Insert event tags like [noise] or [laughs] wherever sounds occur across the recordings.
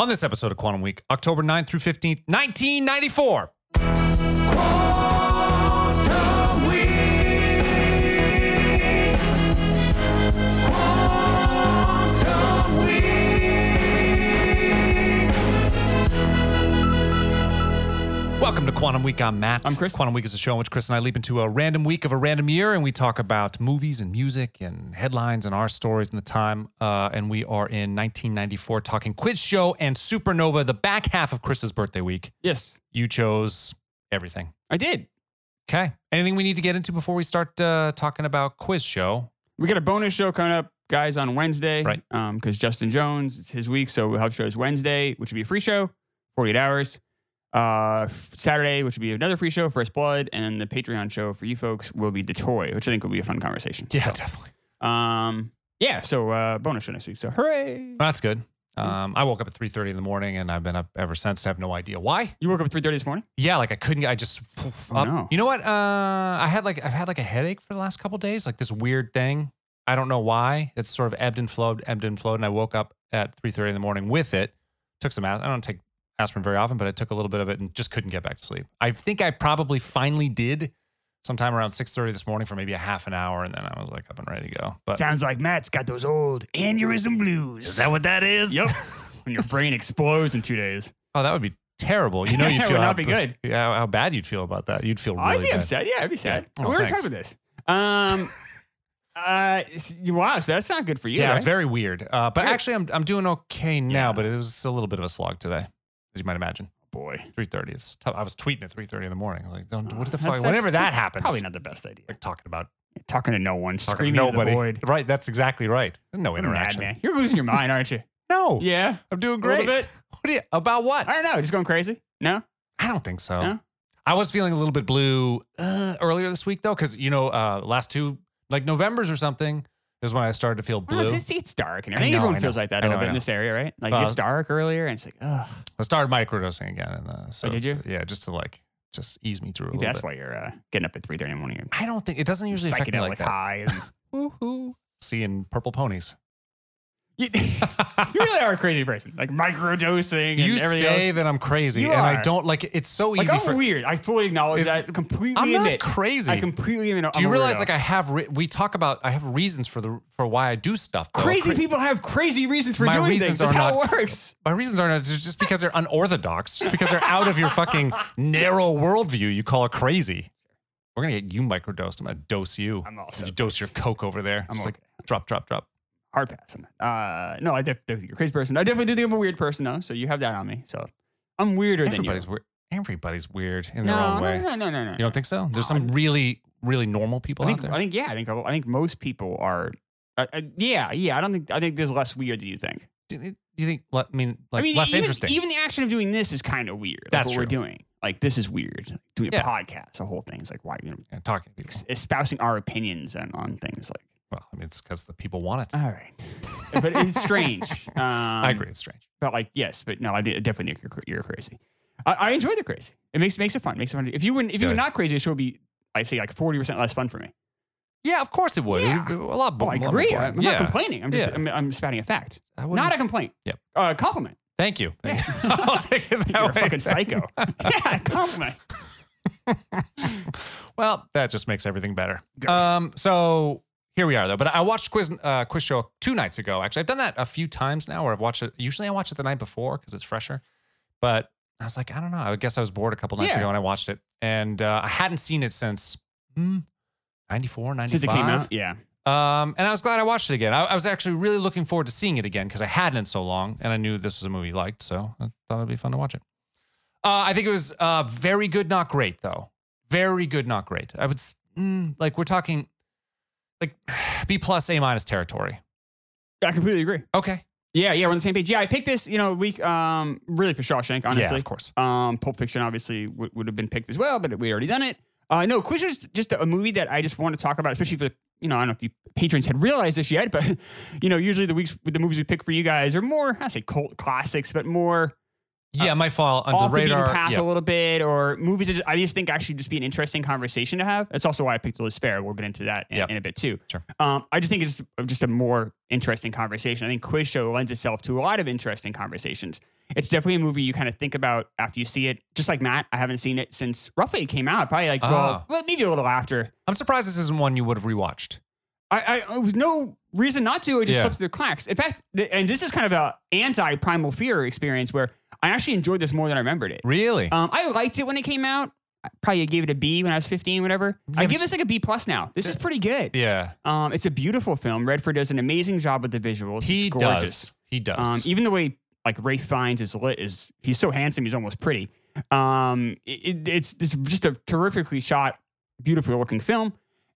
On this episode of Quantum Week, October 9th through 15th, 1994. Welcome to Quantum Week. I'm Matt. I'm Chris. Quantum Week is a show in which Chris and I leap into a random week of a random year and we talk about movies and music and headlines and our stories and the time. Uh, and we are in 1994 talking quiz show and supernova, the back half of Chris's birthday week. Yes, You chose everything. I did. Okay. Anything we need to get into before we start uh, talking about quiz show? We got a bonus show coming up, guys, on Wednesday. Right. Um, because Justin Jones, it's his week, so we'll have shows Wednesday, which would be a free show, 48 hours. Uh, Saturday, which would be another free show, First Blood, and the Patreon show for you folks will be Detoy, which I think will be a fun conversation. So, definitely. Um, yeah. So uh, bonus show next week. So hooray! That's good. Mm-hmm. Um, I woke up at 3.30 in the morning and I've been up ever since. I have no idea why. You woke up at 3:30 this morning. Yeah, like I couldn't. I just Oh, up. no. You know what? Uh, I had like I've had like a headache for the last couple days. Like this weird thing. I don't know why. It's sort of ebbed and flowed, ebbed and flowed. And I woke up at three thirty in the morning with it. Took some. as- I don't take aspirin very often, but I took a little bit of it and just couldn't get back to sleep. I think I probably finally did sometime around six thirty this morning for maybe a half an hour, and then I was like up and ready to go. But Sounds like Matt's got those old aneurysm blues. Is that what that is? Yep. [laughs] when your brain explodes in two days. oh, that would be terrible. You [laughs] know, you'd It feel would how, not be good. How, how bad you'd feel about that. You'd feel really I'd be bad. upset. Yeah, I'd be sad. Yeah. Oh, we were thanks. talking about this. [laughs] Um, uh, s- wow, so that's not good for you. Yeah, right? it's very weird. Uh, but Weird. actually, I'm I'm doing okay now. Yeah. But it was a little bit of a slog today, as you might imagine. boy. Three thirty is. Tough. I was tweeting at three thirty in the morning. Like, don't what Uh, the that's- fuck? that's Whenever that happens, Probably not the best idea. Like talking about Talking to no one, talking to screaming nobody. at the void. Right. That's exactly right. No What a interaction. madman. You're losing your mind, [laughs] aren't you? No. Yeah, I'm doing a great. little bit. What do you, about what? I don't know. Just going crazy. No, I don't think so. No? I was feeling a little bit blue uh, earlier this week though, because you know, uh, last two like Novembers or something is when I started to feel Well, blue. it's, it's dark and everything. know, I Everyone know. feels like that I a know, little I bit in know. this area, right? Like Well- it's dark earlier, and it's like, ugh. I started microdosing again, and uh, so Oh, did you? Yeah, just to like just ease me through a I think little That's bit. why you're uh, getting up at three thirty in the morning. and I don't think it doesn't usually affect me psychedelic like that. high. And [laughs] Woohoo! Seeing purple [laughs] ponies. you, [laughs] you really are a crazy person. Like microdosing. And you everything say else. that I'm crazy, You and I are. don't like. It's so Like easy oh, I'm for. weird. I fully acknowledge It's- that. Completely I'm not admit. crazy. I completely admit. do you realize like I have? Re- we talk about. I have reasons for the for why I do stuff. though. crazy Cra- people have crazy reasons for My doing reasons things. That's are how not- it works. My reasons are not it's just because they're unorthodox, just because they're out of your [laughs] fucking narrow worldview. You call it crazy. We're gonna get you microdosed. I'm gonna dose you. [laughs] I'm all you set. dose your coke over there. I'm Just okay. like drop, drop, drop. Hard pass on that. Uh, no, I def- definitely you're a crazy person. I definitely do think I'm a weird person though. So you have that on me. So I'm weirder Everybody's weird. Everybody's weird in than you. their No, own way. no, no, no, no, no. You don't think so? There's No, some really, really normal people Um, I think. out there. I think. Yeah. I think. I think most people are. Uh, uh, yeah. Yeah. I don't think. I think there's less weird than you think. Do you- you think? le- I mean, like I mean, less even, interesting. Even the action of doing this is kind of weird. like That's what we're true. doing. Like this is weird. Doing Yeah. a podcast, the whole thing is like why you know Yeah, talking to people. ex- espousing our opinions on, on things. Like Well, I mean, it's because the people want it. all right, but [laughs] it's strange. Um, I agree. It's strange. But like, yes, but no, I de- definitely think you're, cr- you're crazy. I, I enjoy the crazy. It makes makes it fun. Makes it fun. If you wouldn't, if you were Good. not crazy, the show would be, I say, like forty percent less fun for me. Yeah, of course it would. Yeah. It'd be a lot Oh, more. I agree. I'm not yeah. complaining. I'm just, Yeah. I'm, I'm spouting a fact. I wouldn't- Not a complaint. Yep. Uh, compliment. Thank you. Thank you. [laughs] I'll take it that [laughs] You're way. a fucking psycho. yeah, compliment. [laughs] Well, that just makes everything better. Good. Um, so here we are though. But I watched quiz uh, quiz show two nights ago. Actually, I've done that a few times now, where I've watched it. Usually, I watch it the night before because it's fresher. But I was like, I don't know. I guess I was bored a couple nights Yeah. ago and I watched it, and uh, I hadn't seen it since mm, 94, 95. Since it came out, yeah. Um, and I was glad I watched it again. I, I was actually really looking forward to seeing it again because I hadn't in so long, and I knew this was a movie you liked, so I thought it'd be fun to watch it. Uh, I think it was uh, very good, not great though. Very good, not great. I would s- mm, like we're talking like [sighs] B plus A minus territory. I completely agree. Okay, Yeah, yeah, we're on the same page. Yeah, I picked this, you know, week um really for Shawshank, yeah, honestly. of course. Um, Pulp Fiction obviously would would have been picked as well, but we already done it. Uh, no, Quiz is just a movie that I just want to talk about, especially for the, you know, I don't know if you patrons had realized this yet, but [laughs] you know, usually the weeks the movies we pick for you guys are more I say cult classics, but more Uh, Yeah, might fall under off the the beaten radar. path Yeah. a little bit, or movies. That just, I just think actually just be an interesting conversation to have. That's also why I picked Liz Fair. We'll get into that in, Yep. in a bit too. Sure. Um, I just think it's just a more interesting conversation. I think quiz show lends itself to a lot of interesting conversations. it's definitely a movie you kind of think about after you see it. Just like Matt, I haven't seen it since roughly it came out. Probably like well, Ah. well maybe a little after. I'm surprised this isn't one you would have rewatched. I, I there was no reason not to. It just Yeah. slipped through cracks. In fact, th- and this is kind of a anti Primal Fear experience where I actually enjoyed this more than I remembered it. Really? Um, I liked it when it came out. I probably gave it a B when I was 15, whatever. I Yeah, give but- this like a B plus now. This is pretty good. yeah. Um, it's a beautiful film. Redford does an amazing job with the visuals. He it's gorgeous. does. He does. Um, even the way like Ray Fiennes is lit is he's so handsome he's almost pretty. Um, it, it- it's it's just a terrifically shot, beautiful looking film.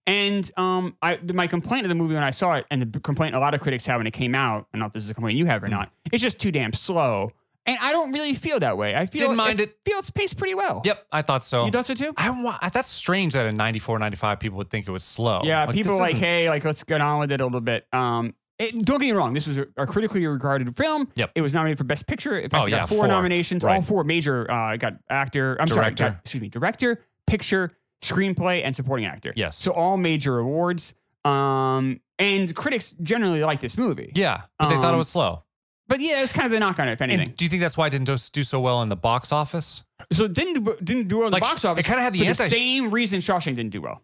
And um, I my complaint of the movie when I saw it, and the complaint a lot of critics had when it came out, I don't know if this is a complaint you have or Hmm. not. It's just too damn slow, and I don't really feel that way. I feel Didn't mind it. Feel it's paced pretty well. yep, I thought so. you thought so too. I wa- I- that's strange that in 94, 95 people would think it was slow. Yeah, Oh, Like, people this like, isn't- hey, like let's get on with it a little bit. Um, it- don't get me wrong, this was a, a critically regarded film. Yep. It was nominated for Best Picture. In fact, Oh, it yeah, got four, four. nominations, all Right. four major. Uh, it got actor. I'm sorry, it Director. got, excuse me, director, picture, screenplay, and supporting actor. Yes. So all major awards. Um, and critics generally like this movie. yeah, but they thought um, it was slow. But yeah, it's kind of the knock on it, if anything. And do you think that's why it didn't do- do so well in the box office? so it didn't do- didn't do well in Like, the box office. it kinda had the for anti- the same reason Shawshank didn't do well.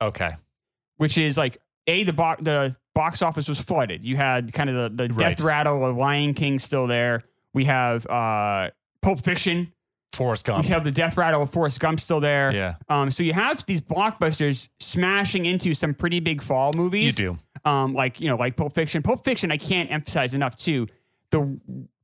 Okay. which is like a the box the box office was flooded. You had kind of the the Right. death rattle of Lion King still there. We have uh Pulp Fiction. Forrest We Gump. have the death rattle of Forrest Gump still there. Yeah, Um, so you have these blockbusters smashing into some pretty big fall you movies. do. Um, like you know, like Pulp Fiction. Pulp Fiction, I can't emphasize enough too. The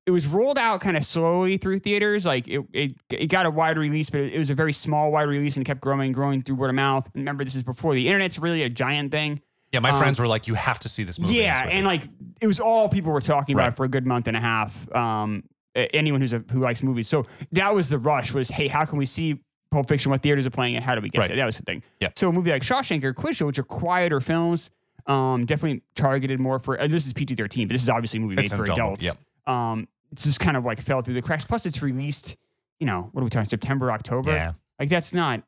it was rolled out kind of slowly through theaters. Like it, it, it got a wide release, but it was a very small wide release and kept growing, growing through word of mouth. And remember, this is before the internet's really a giant thing. Yeah, my Um, friends were like, you have to see this movie. Yeah, and like it was all people were talking Right. about for a good month and a half. Um, a- anyone who's a, who likes movies, so that was the rush. Was hey, how can we see Pulp Fiction? What theaters are playing it? How do we get Right. there? That was the thing. Yeah. So a movie like Shawshank or Quiz Show, which are quieter films, um, definitely targeted more for. And this is PG thirteen, but this is obviously a movie It's made an for adult one, adults. Um, it's just kind of like fell through the cracks. Plus, it's released. You know, what are we talking? September, October. yeah, Like that's not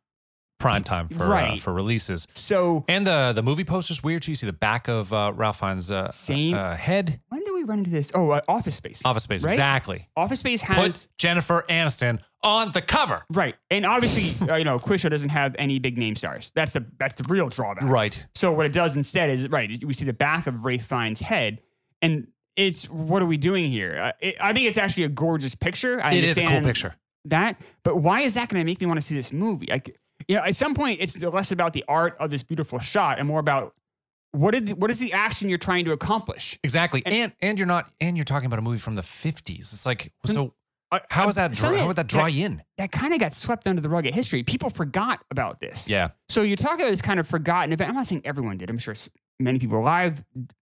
prime time for uh, Right. for releases. so. And the the movie poster's weird too. You see the back of uh, Ralph Fiennes' uh, Same. uh, head. when do we run into this? Oh, uh, Office Space. Office Space, Right? exactly. Office Space has Put Jennifer Aniston on the cover. Right, and [laughs] obviously, uh, you know, Quiz Show doesn't have any big name stars. That's the that's the real drawback. Right. So what it does instead is right. We see the back of Ray Fine's head, and it's what are we doing here? Uh, it, I think it's actually a gorgeous picture. I it is a cool understand picture. That, but why is that going to make me want to see this movie? Like, you know, at some point, it's less about the art of this beautiful shot and more about what did what is the action you're trying to accomplish? Exactly. And, and you're not and you're talking about a movie from the 50s. It's like so uh, I- how is that some draw, of how it- would Mm-hmm. that draw you in? That kind of got swept under the rug at history. People forgot about this. Yeah. So you're talking about this kind of forgotten event. I'm not saying everyone did. I'm sure s- many people alive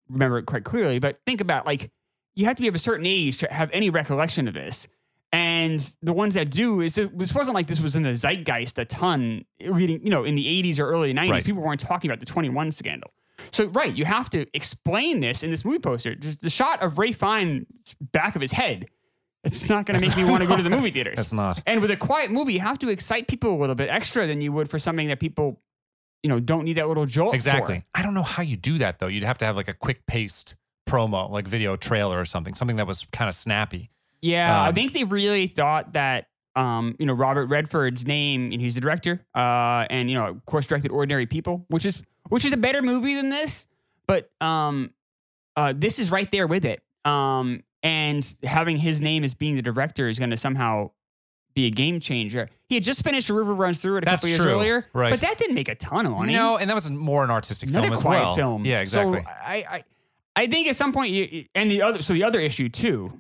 remember it quite clearly. But think about like you have to be of a certain age to have any recollection of this. And the ones that do is it- this wasn't like this was in the zeitgeist a ton reading, you know, in the 80s or early 90s. Right. People weren't talking about the 21 scandal. So right, you have to explain this in this movie poster. Just the shot of Ray Fine's back of his head. It's not going to make me want to go to the movie [laughs] theaters. That's not. And with a quiet movie, you have to excite people a little bit extra than you would for something that people, you know, don't need that little jolt. for. Exactly. I don't know how you do that though. You'd have to have like a quick paced promo, like video trailer or something, something that was kind of snappy. Yeah, I Um, think they really thought that. Um, you know Robert Redford's name, and he's the director, uh, and you know of course directed Ordinary People, which is which is a better movie than this, but um, uh, this is right there with it. Um, and having his name as being the director is going to somehow be a game changer. He had just finished River Runs Through It a That's couple years true, earlier, right. but that didn't make a ton of money. No, and that was more an artistic another film as quiet well. film. Yeah, exactly. So I, I, I think at some point, you- you, and the other, so the other issue too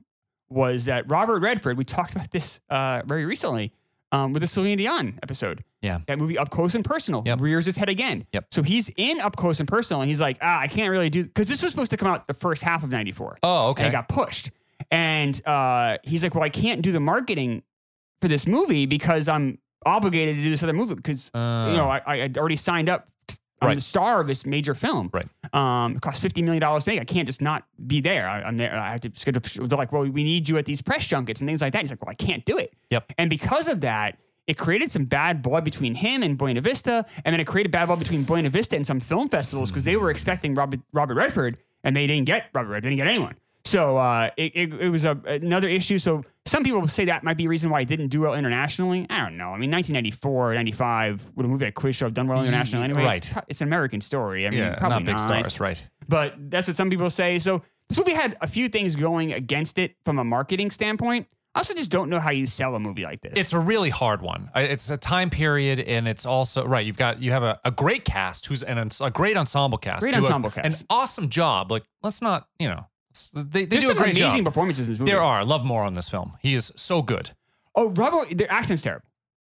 was that Robert Redford. We talked about this uh, very recently um, with the Celine Dion episode. Yeah. that movie Up Close and Personal Yep. rears its head again. Yep. So he's in Up Close and Personal, and he's like, ah, I can't really do because this was supposed to come out the first half of '94 oh, and okay. it got pushed. And uh, he's like, "Well, I can't do the marketing for this movie because I'm obligated to do this other movie because you know I, I had already signed up. Uh. I'm Right. the star of this major film. Right. Um, it cost fifty million dollars to make. I can't just not be there. I, I'm there. I have to schedule. They're like, "Well, we need you at these press junkets and things like that." He's like, "Well, I can't do it." Yep. And because of that. It created some bad blood between him and Buena Vista, and then it created bad blood between Buena Vista and some film festivals because they were expecting Robert, Robert Redford, and they didn't get Robert Redford, they didn't get anyone. So uh, it, it, it was a, another issue. So some people say that might be a reason why it didn't do well internationally. I don't know. I mean, 1994, 95, would a movie like Quiz Show have done well internationally anyway? Right. Pro- It's an American story. I mean, yeah, probably not big stars, right? But that's what some people say. So this movie had a few things going against it from a marketing standpoint. I also just don't know how you sell a movie like this. It's a really hard one. I- It's a time period, and it's also right. You've got you have a, a great cast who's an ens- a great ensemble cast, Great do a- ensemble an cast. awesome job. Like let's not you know it's- they, they There's do a some great amazing job. performances in this movie. There are love more on this film. He is so good. Oh, Robert, their accent's terrible.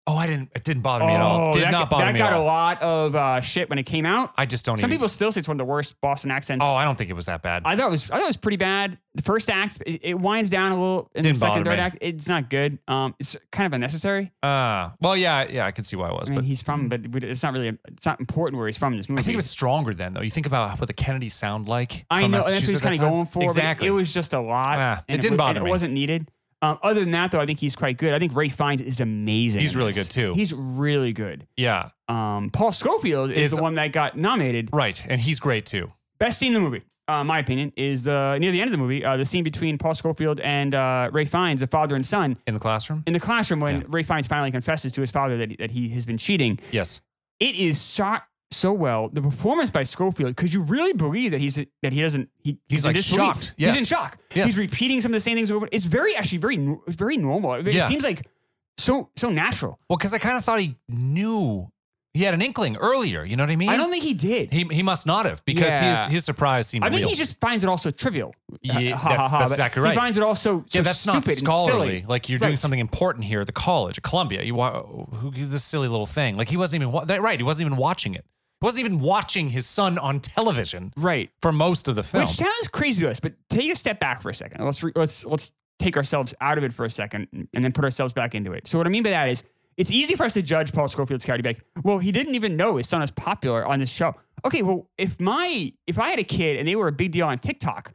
Oh, I didn't. It didn't bother me at all. Oh, Did that, not bother that me got at a all. lot of uh, shit when it came out. I just don't. Some even, people still say it's one of the worst Boston accents. Oh, I don't think it was that bad. I thought it was I thought it was pretty bad. The first act it, it winds down a little, and Didn't the second bother third me. act it's not good. Um, it's kind of unnecessary. Uh, well, yeah, yeah, I can see why it was, I mean, but he's from, but we- it's not really it's not important where he's from in this movie. I think it was stronger then, though. You think about what the Kennedys sound like. from I know and that's what Massachusetts he's at kind of that time. going for. but Exactly. It was just a lot. Ah, and it didn't wa- bother and me. It wasn't needed. Um, other than that, though, I think he's quite good. I think Ray Fiennes is amazing. He's in really this. good, too. He's really good. yeah, Um, Paul Schofield is, Is- the one that got nominated. right, and he's great too. Best scene in the movie, uh, my opinion, is uh, near the end of the movie. Uh, the scene between Paul Schofield and uh, Ray Fiennes, the father and son, In the classroom, in the classroom when Yeah. Ray Fiennes finally confesses to his father that he, that he has been cheating. yes, It is shot so well. The performance by Schofield, because you really believe that he's that he doesn't he, He's, in like, disbelief. shocked. He's in Yes. shock. Yes. He's repeating some of the same things over. It's very actually very n- it's very normal. It, it Yeah. seems like so so natural. well, because I kind of thought he knew he had an inkling earlier. You know what I mean? I don't think he did. He he must not have because his Yeah. his surprise seemed. I think real. he just finds it also trivial. Yeah, Ha, ha, that's- ha, that's but exactly right. He finds it also so yeah, that's stupid not scholarly. and silly. Like you're doing Right. something important here at the college, at Columbia. You wa- who who- this silly little thing? Like he wasn't even wa- that right. He wasn't even watching it. He wasn't even watching his son on television Right. for most of the film. Which sounds crazy to us, but take a step back for a second. Let's re- let's let's take ourselves out of it for a second and then put ourselves back into it. So what I mean by that is it's easy for us to judge Paul Schofield's character be like, well, he didn't even know his son was popular on this show. Okay, well, if my if I had a kid and they were a big deal on TikTok,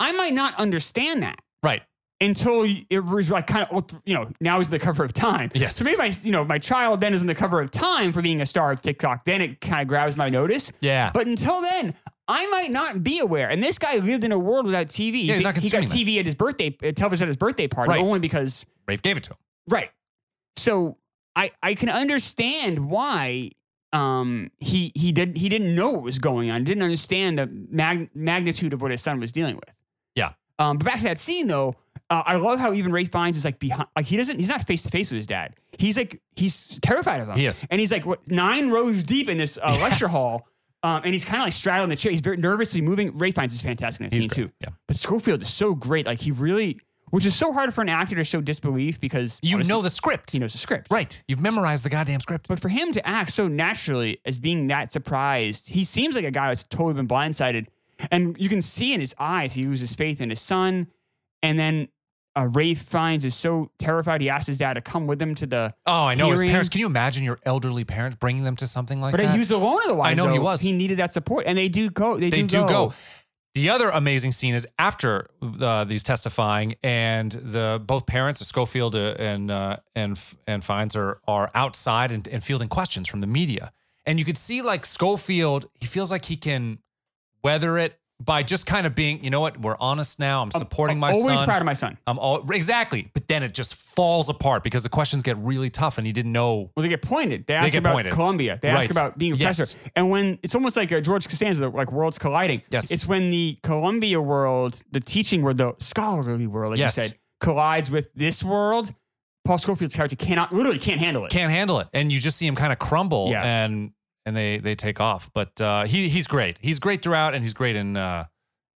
I might not understand that right. until it was like kind of oh, you know now is the cover of time. Yes. So maybe my you know my child then is on the cover of time for being a star of TikTok. Then it kind of grabs my notice. Yeah. But until then, I might not be aware. And this guy lived in a world without TV. Yeah, he's not he got consuming that. TV at his birthday, uh, television at his birthday party, Right. only because Rafe gave it to him. right. So I I can understand why um he he did he didn't know what was going on, didn't understand the mag- magnitude of what his son was dealing with. Yeah. Um, but back to that scene though, uh, I love how even Ray Fiennes is like behind, like he doesn't, he's not face to face with his dad. He's like, he's terrified of him. He is. And he's like, what, nine rows deep in this uh, lecture Yes. hall. Um, and he's kind of like straddling the chair. He's very nervously moving. Ray Fiennes is fantastic in that He's scene great. too. Yeah. But Schofield is so great. Like he really, which is so hard for an actor to show disbelief because You honestly, know the script. he knows the script. Right. You've memorized the goddamn script. But for him to act so naturally as being that surprised, he seems like a guy that's totally been blindsided. And you can see in his eyes, he loses faith in his son. And then uh, Ray finds is so terrified, he asks his dad to come with him to the. Oh, I know his hearing. parents. Can you imagine your elderly parents bringing them to something like But that? he was alone otherwise. I know he though. was. He needed that support. And they do go. They, they do go. The other amazing scene is after uh, these testifying, and the both parents, Schofield uh, and uh, and F- and Fines, are are outside and, and fielding questions from the media, and you could see like Schofield, he feels like he can weather it by just kind of being, you know what, we're honest now. I'm supporting my Always son. proud of my son. I'm all exactly, but then it just falls apart because the questions get really tough, and he didn't know. Well, they get pointed. They ask get about pointed. Columbia. They Right. ask about being a Yes. professor. And when it's almost like a George Costanza, like worlds colliding. Yes. It's when the Columbia world, the teaching world, the scholarly world, like Yes. you said, collides with this world. Paul Schofield's character cannot, literally can't handle it. can't handle it and you just see him kind of crumble Yeah. and and they they take off but uh he he's great he's great throughout and he's great in uh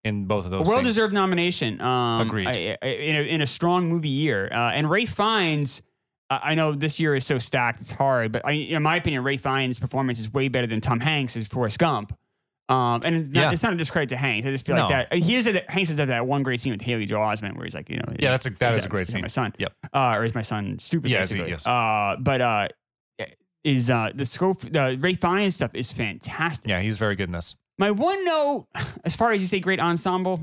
in both of a those well scenes. deserved nomination. Um, Agreed. I- I- in, a, in a strong movie year. Uh, and Ray Fiennes, I I know this year is so stacked, it's hard, but I, in my opinion, Ray Fiennes' performance is way better than Tom Hanks' as Forrest Gump. Um, and it's not, Yeah. it's not a discredit to Hanks. I just feel No. like that. He is at that, Hanks has had that one great scene with Haley Joel Osment where he's like, you know, yeah that's a that is is a great is that scene My son. Yep. Uh, or is my son stupid? Yeah, I see, basically. yes. Uh, but uh, is uh the scope the Ray Fiennes stuff is fantastic. yeah he's very good in [laughs] this My one note, as far as you say, great ensemble.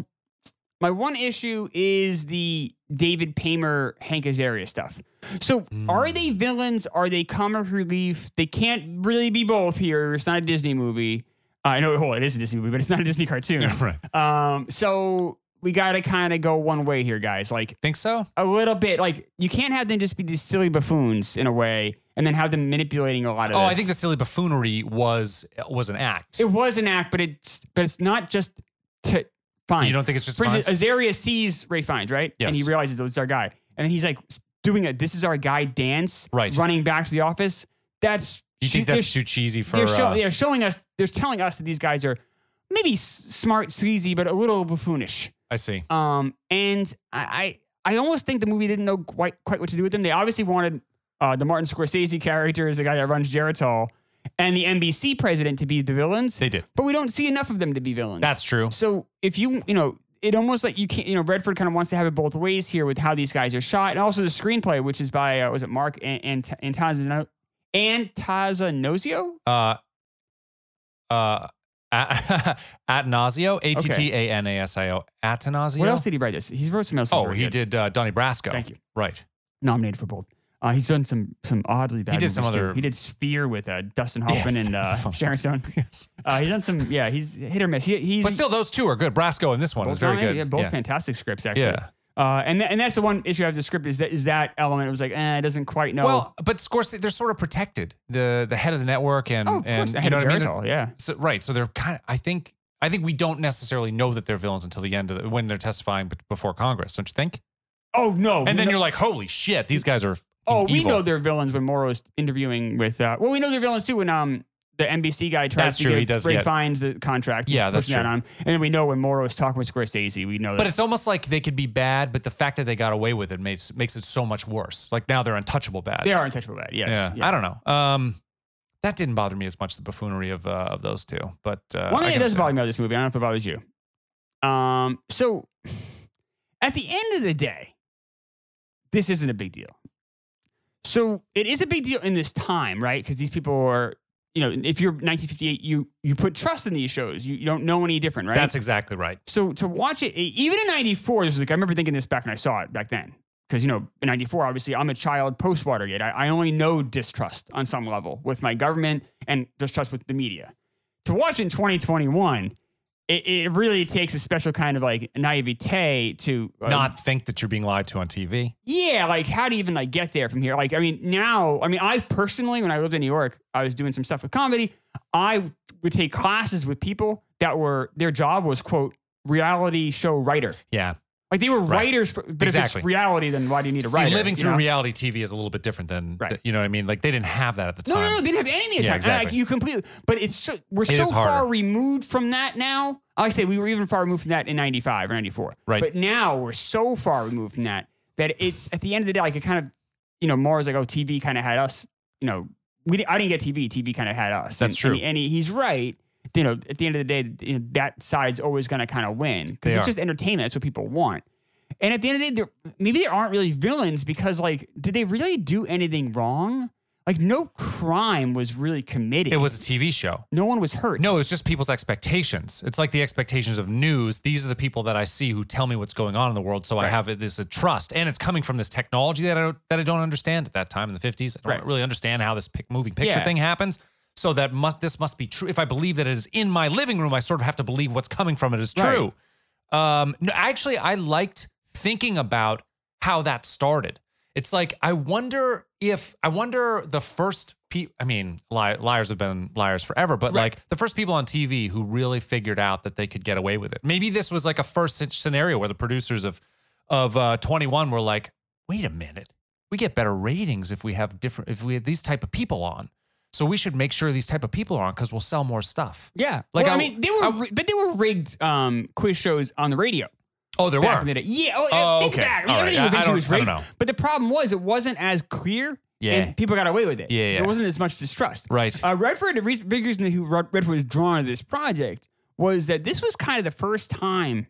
My one issue is the David Paymer Hank Azaria stuff. So, Hmm. are they villains? Are they comic relief? They can't really be both here. It's not a Disney movie. Uh, I know, well, it is a Disney movie, but it's not a Disney cartoon. right Um, so we got to kind of go one way here, guys. Like Think so? a little bit. Like you can't have them just be these silly buffoons in a way, and then have them manipulating a lot of. Oh, this. I think the silly buffoonery was was an act. it was an act, but it's but it's not just to fine. you don't think it's just For fine? instance, Azaria sees Ray Fiennes, right? And he Yes. realizes this is our guy. And then he's like s- doing a this is our guy dance, Right. running back to the office. That's You think they're that's sh- too cheesy for? they're, show- uh, they're showing us they're telling us that these guys are maybe s- smart, sleazy, but a little buffoonish. I see. Um, and I, I I almost think the movie didn't know quite quite what to do with them. They obviously wanted uh, the Martin Scorsese character is the guy that runs Geritol and the NBC president to be the villains, They did. but we don't see enough of them to be villains. That's true. So if you, you know, it almost like you can't, you know, Redford kind of wants to have it both ways here with how these guys are shot and also the screenplay, which is by, uh, was it Mark and, and, and Tazano- Antazanozio? Uh, uh, [laughs] at Nasio, A T T A N A S I O, Atanasio. What else did he write this? He's wrote some else. that's Oh, very he good. did uh, Donnie Brasco. Thank you. Right. Nominated for both. Uh, he's done some some oddly bad. did movies, some too. other- He did Sphere with uh, Dustin Hoffman Yes, and that's a fun uh, one. [laughs] Sharon Stone. Yes. Uh, he's done some. Yeah, he's hit or miss. He, he's But still, those two are good. Brasco and this one both is very nominated. good. Yeah, both yeah. fantastic scripts actually. yeah. Uh, and th- and that's the one issue I have with the script is that is that element. It was like, eh, it doesn't quite know. Well, but Scorsese, they're sort of protected. The the head of the network and oh, of and course, the you head know of what I mean? Geritol, yeah. So, right. So they're kind of. I think. I think we don't necessarily know that they're villains until the end of the, when they're testifying b- before Congress, don't you think? Oh no! And then no- you're like, holy shit, these guys are. oh, we evil. know they're villains when Morrow's interviewing with. Uh, well, we know they're villains too when um the NBC guy tries That's to true, Give he does Ray get- Fiennes the contract. He's Yeah, that's pushing that true. on him. And then we know when Morrow's talking with Scorsese, we know But that. it's almost like they could be bad, but the fact that they got away with it makes makes it so much worse. Like now they're untouchable bad. They are untouchable bad. Yes. yeah. yeah. I don't know. Um, that didn't bother me as much the buffoonery of uh, of those two. But uh, I One thing that can does understand. bother me about this movie, I don't know if it bothers you. Um, so [sighs] at the end of the day, this isn't a big deal. So it is a big deal in this time, right? Because these people are, you know, if you're 1958, you you put trust in these shows. You, you don't know any different, right? That's exactly right. so to watch it, e- even in '94, this was like I remember thinking this back when I saw it back then, because you know in '94, obviously I'm a child post Watergate. I, I only know distrust on some level with my government and distrust with the media. To watch it in 2021, it, it really takes a special kind of like naivete to uh, Not think that you're being lied to on TV. yeah, like how do you even like get there from here? Like, I mean, now, I mean, I personally, when I lived in New York, I was doing some stuff with comedy. I would take classes with people that were their job was quote reality show writer. Yeah. Like they were Right. writers, for, but if Exactly. it's reality, then why do you need a See, writer? living you through know? reality TV is a little bit different than Right. you know what I mean. Like they didn't have that at the No, time. no, no, they didn't have any of the Yeah, time. And, like, exactly. you completely, but it's so, we're so is harder. far removed from that now. I Like I say, we were even far removed from that in 95 or 94. Right. But now we're so far removed from that that it's at the end of the day, like it kind of, you know, Mars like, oh, TV kind of had us, you know, we di- I didn't get TV. TV kind of had us. That's and, true. And, he- and he- he's right. You know, at the end of the day, you know, that side's always going to kind of win They because it's are. just entertainment. That's what people want. And at the end of the day, there- maybe they aren't really villains because, like, did they really do anything wrong? Like, no crime was really committed. It was a TV show. no one was hurt. No, it's just people's expectations. It's like the expectations of news. These are the people that I see who tell me what's going on in the world, so I Right. have it- this a trust, and it's coming from this technology that I don't, that I don't understand at that time in the fifties. I don't Right. really understand how this pic, moving picture Yeah. thing happens. So that must this must be true. If I believe that it is in my living room, I sort of have to believe what's coming from it is Right. true. Um, no, actually, I liked thinking about how that started. It's like I wonder if I wonder the first people. I mean, li- liars have been liars forever, but Right. like the first people on TV who really figured out that they could get away with it. Maybe this was like a first sc- scenario where the producers of of uh, Twenty One were like, "Wait a minute, we get better ratings if we have different if we have these type of people on." So we should make sure these type of people are on because we'll sell more stuff. Yeah. Like, Like, I, I- mean, they were, ri- but they were rigged um, quiz shows on the radio. Oh, there back were. in the day. Yeah. Oh, Oh, think okay. back. I All mean, right. everything I- I eventually don't- was I don't rigged. know. But the problem was it wasn't as clear. Yeah. And people got away with it. Yeah, yeah. There wasn't as much distrust. Right. Uh, Redford, the re- big reason who Rod- Redford was drawn to this project was that this was kind of the first time.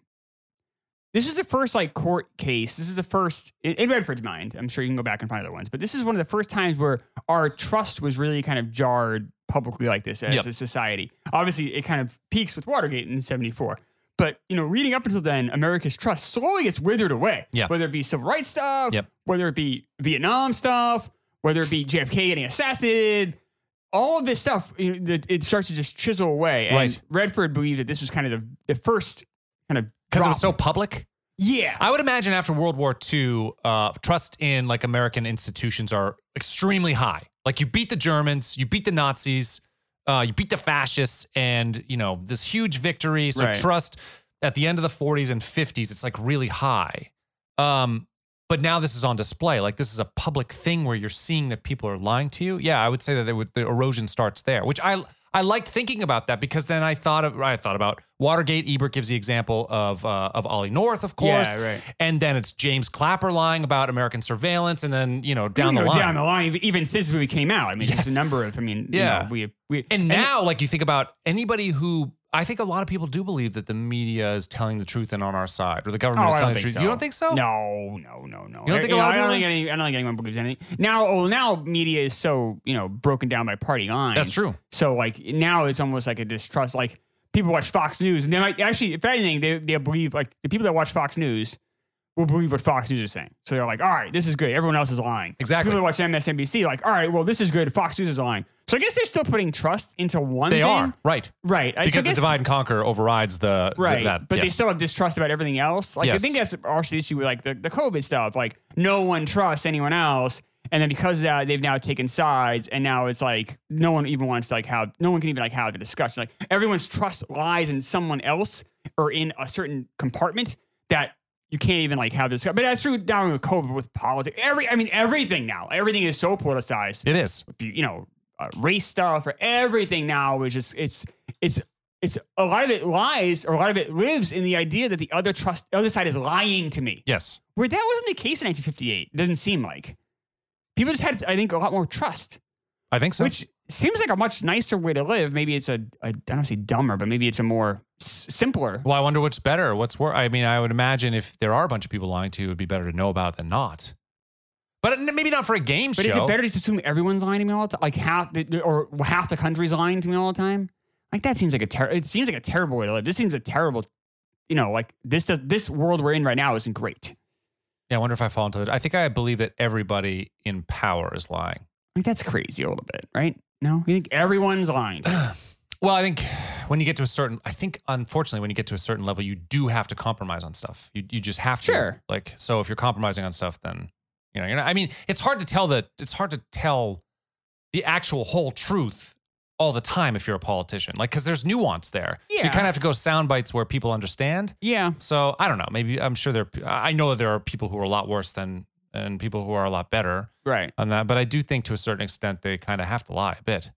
This is the first like court case. This is the first in, in Redford's mind. I'm sure you can go back and find other ones, but this is one of the first times where our trust was really kind of jarred publicly like this as Yep. a society. Obviously, it kind of peaks with Watergate in '74, but you know, leading up until then, America's trust slowly gets withered away. Yeah. Whether it be civil rights stuff, Yep. whether it be Vietnam stuff, whether it be JFK getting assassinated, all of this stuff, you know, the- it starts to just chisel away. And Right. Redford believed that this was kind of the, the first kind of because it was so public. Yeah. I would imagine after World War II, uh, trust in like American institutions are extremely high. Like you beat the Germans, you beat the Nazis, uh, you beat the fascists, and you know this huge victory. So Right. trust at the end of the 40s and 50s, it's like really high. Um, but now this is on display. Like this is a public thing where you're seeing that people are lying to you. Yeah, I would say that they would, the erosion starts there, which I I liked thinking about that because then I thought of I thought about Watergate. Ebert gives the example of uh, of Ollie North, of course, Yeah, right. and then it's James Clapper lying about American surveillance, and then you know down You the know, line. Mm, Down the line, even since the movie came out. I mean, just Yes. a number of. I mean, you Yeah. know, we we and now, like you think about anybody who I think a lot of people do believe that the media is telling the truth and on our side, or the government Oh, is I telling don't the think truth. so. You don't think so? No, no, no, no. You don't think I, a lot of I don't people- think any, I don't think anyone believes anything now. Oh, now media is so you know broken down by party lines. That's true. So like now it's almost like a distrust. Like people watch Fox News and they might actually, if anything, they they believe like the people that watch Fox News will believe what Fox News is saying. So they're like, all right, this is good. Everyone else is lying. Exactly. People that watch MSNBC like, all right, well, this is good. Fox News is lying. So I guess they're still putting trust into one. They thing. are right right I- so I because the guess- divide and conquer overrides the the- right? that, but they yes. still have distrust about everything else. Like I Yes. think that's also the issue with like the, the COVID stuff. Like no one trusts anyone else, and then because of that, they've now taken sides, and now it's like no one even wants to like how no one can even like have the discussion. Like everyone's trust lies in someone else or in a certain compartment that. You can't even like have this, but that's true down with COVID, with politics. Every, I mean, everything now, everything is so politicized it is. bu- you know uh, race stuff or everything now is just it's it's it's a lot of it lies or a lot of it lives in the idea that the other trust the other side is lying to me Yes. where that wasn't the case in 1958 it doesn't seem like people just had i think a lot more trust I think so. which seems like a much nicer way to live maybe it's a, a i don't wanna say dumber but maybe it's a more s- simpler Well, I wonder what's better, what's worse. I mean, I would imagine if there are a bunch of people lying to you, it would be better to know about it than not. But n- maybe not for a game but show. is it better to just assume everyone's lying to me all the time like half the, or half the country's lying to me all the time like that seems like a terrible it seems like a terrible way to live this seems a terrible you know like this does, this world we're in right now isn't great Yeah, I wonder if I fall into that. I think I believe that everybody in power is lying. like that's crazy a little bit right no you think everyone's lying to me? Well, I think when you get to a certain, I think unfortunately, when you get to a certain level, you do have to compromise on stuff. You you just have to. Sure. Like so, if you're compromising on stuff, then you know you're not. I mean, it's hard to tell the it's hard to tell the actual whole truth all the time if you're a politician. Like because there's nuance there. So you Yeah. kind of have to go sound bites where people understand. yeah So I don't know. Maybe I'm sure there. I know that there are people who are a lot worse than and people who are a lot better right on that. But I do think to a certain extent they kind of have to lie a bit.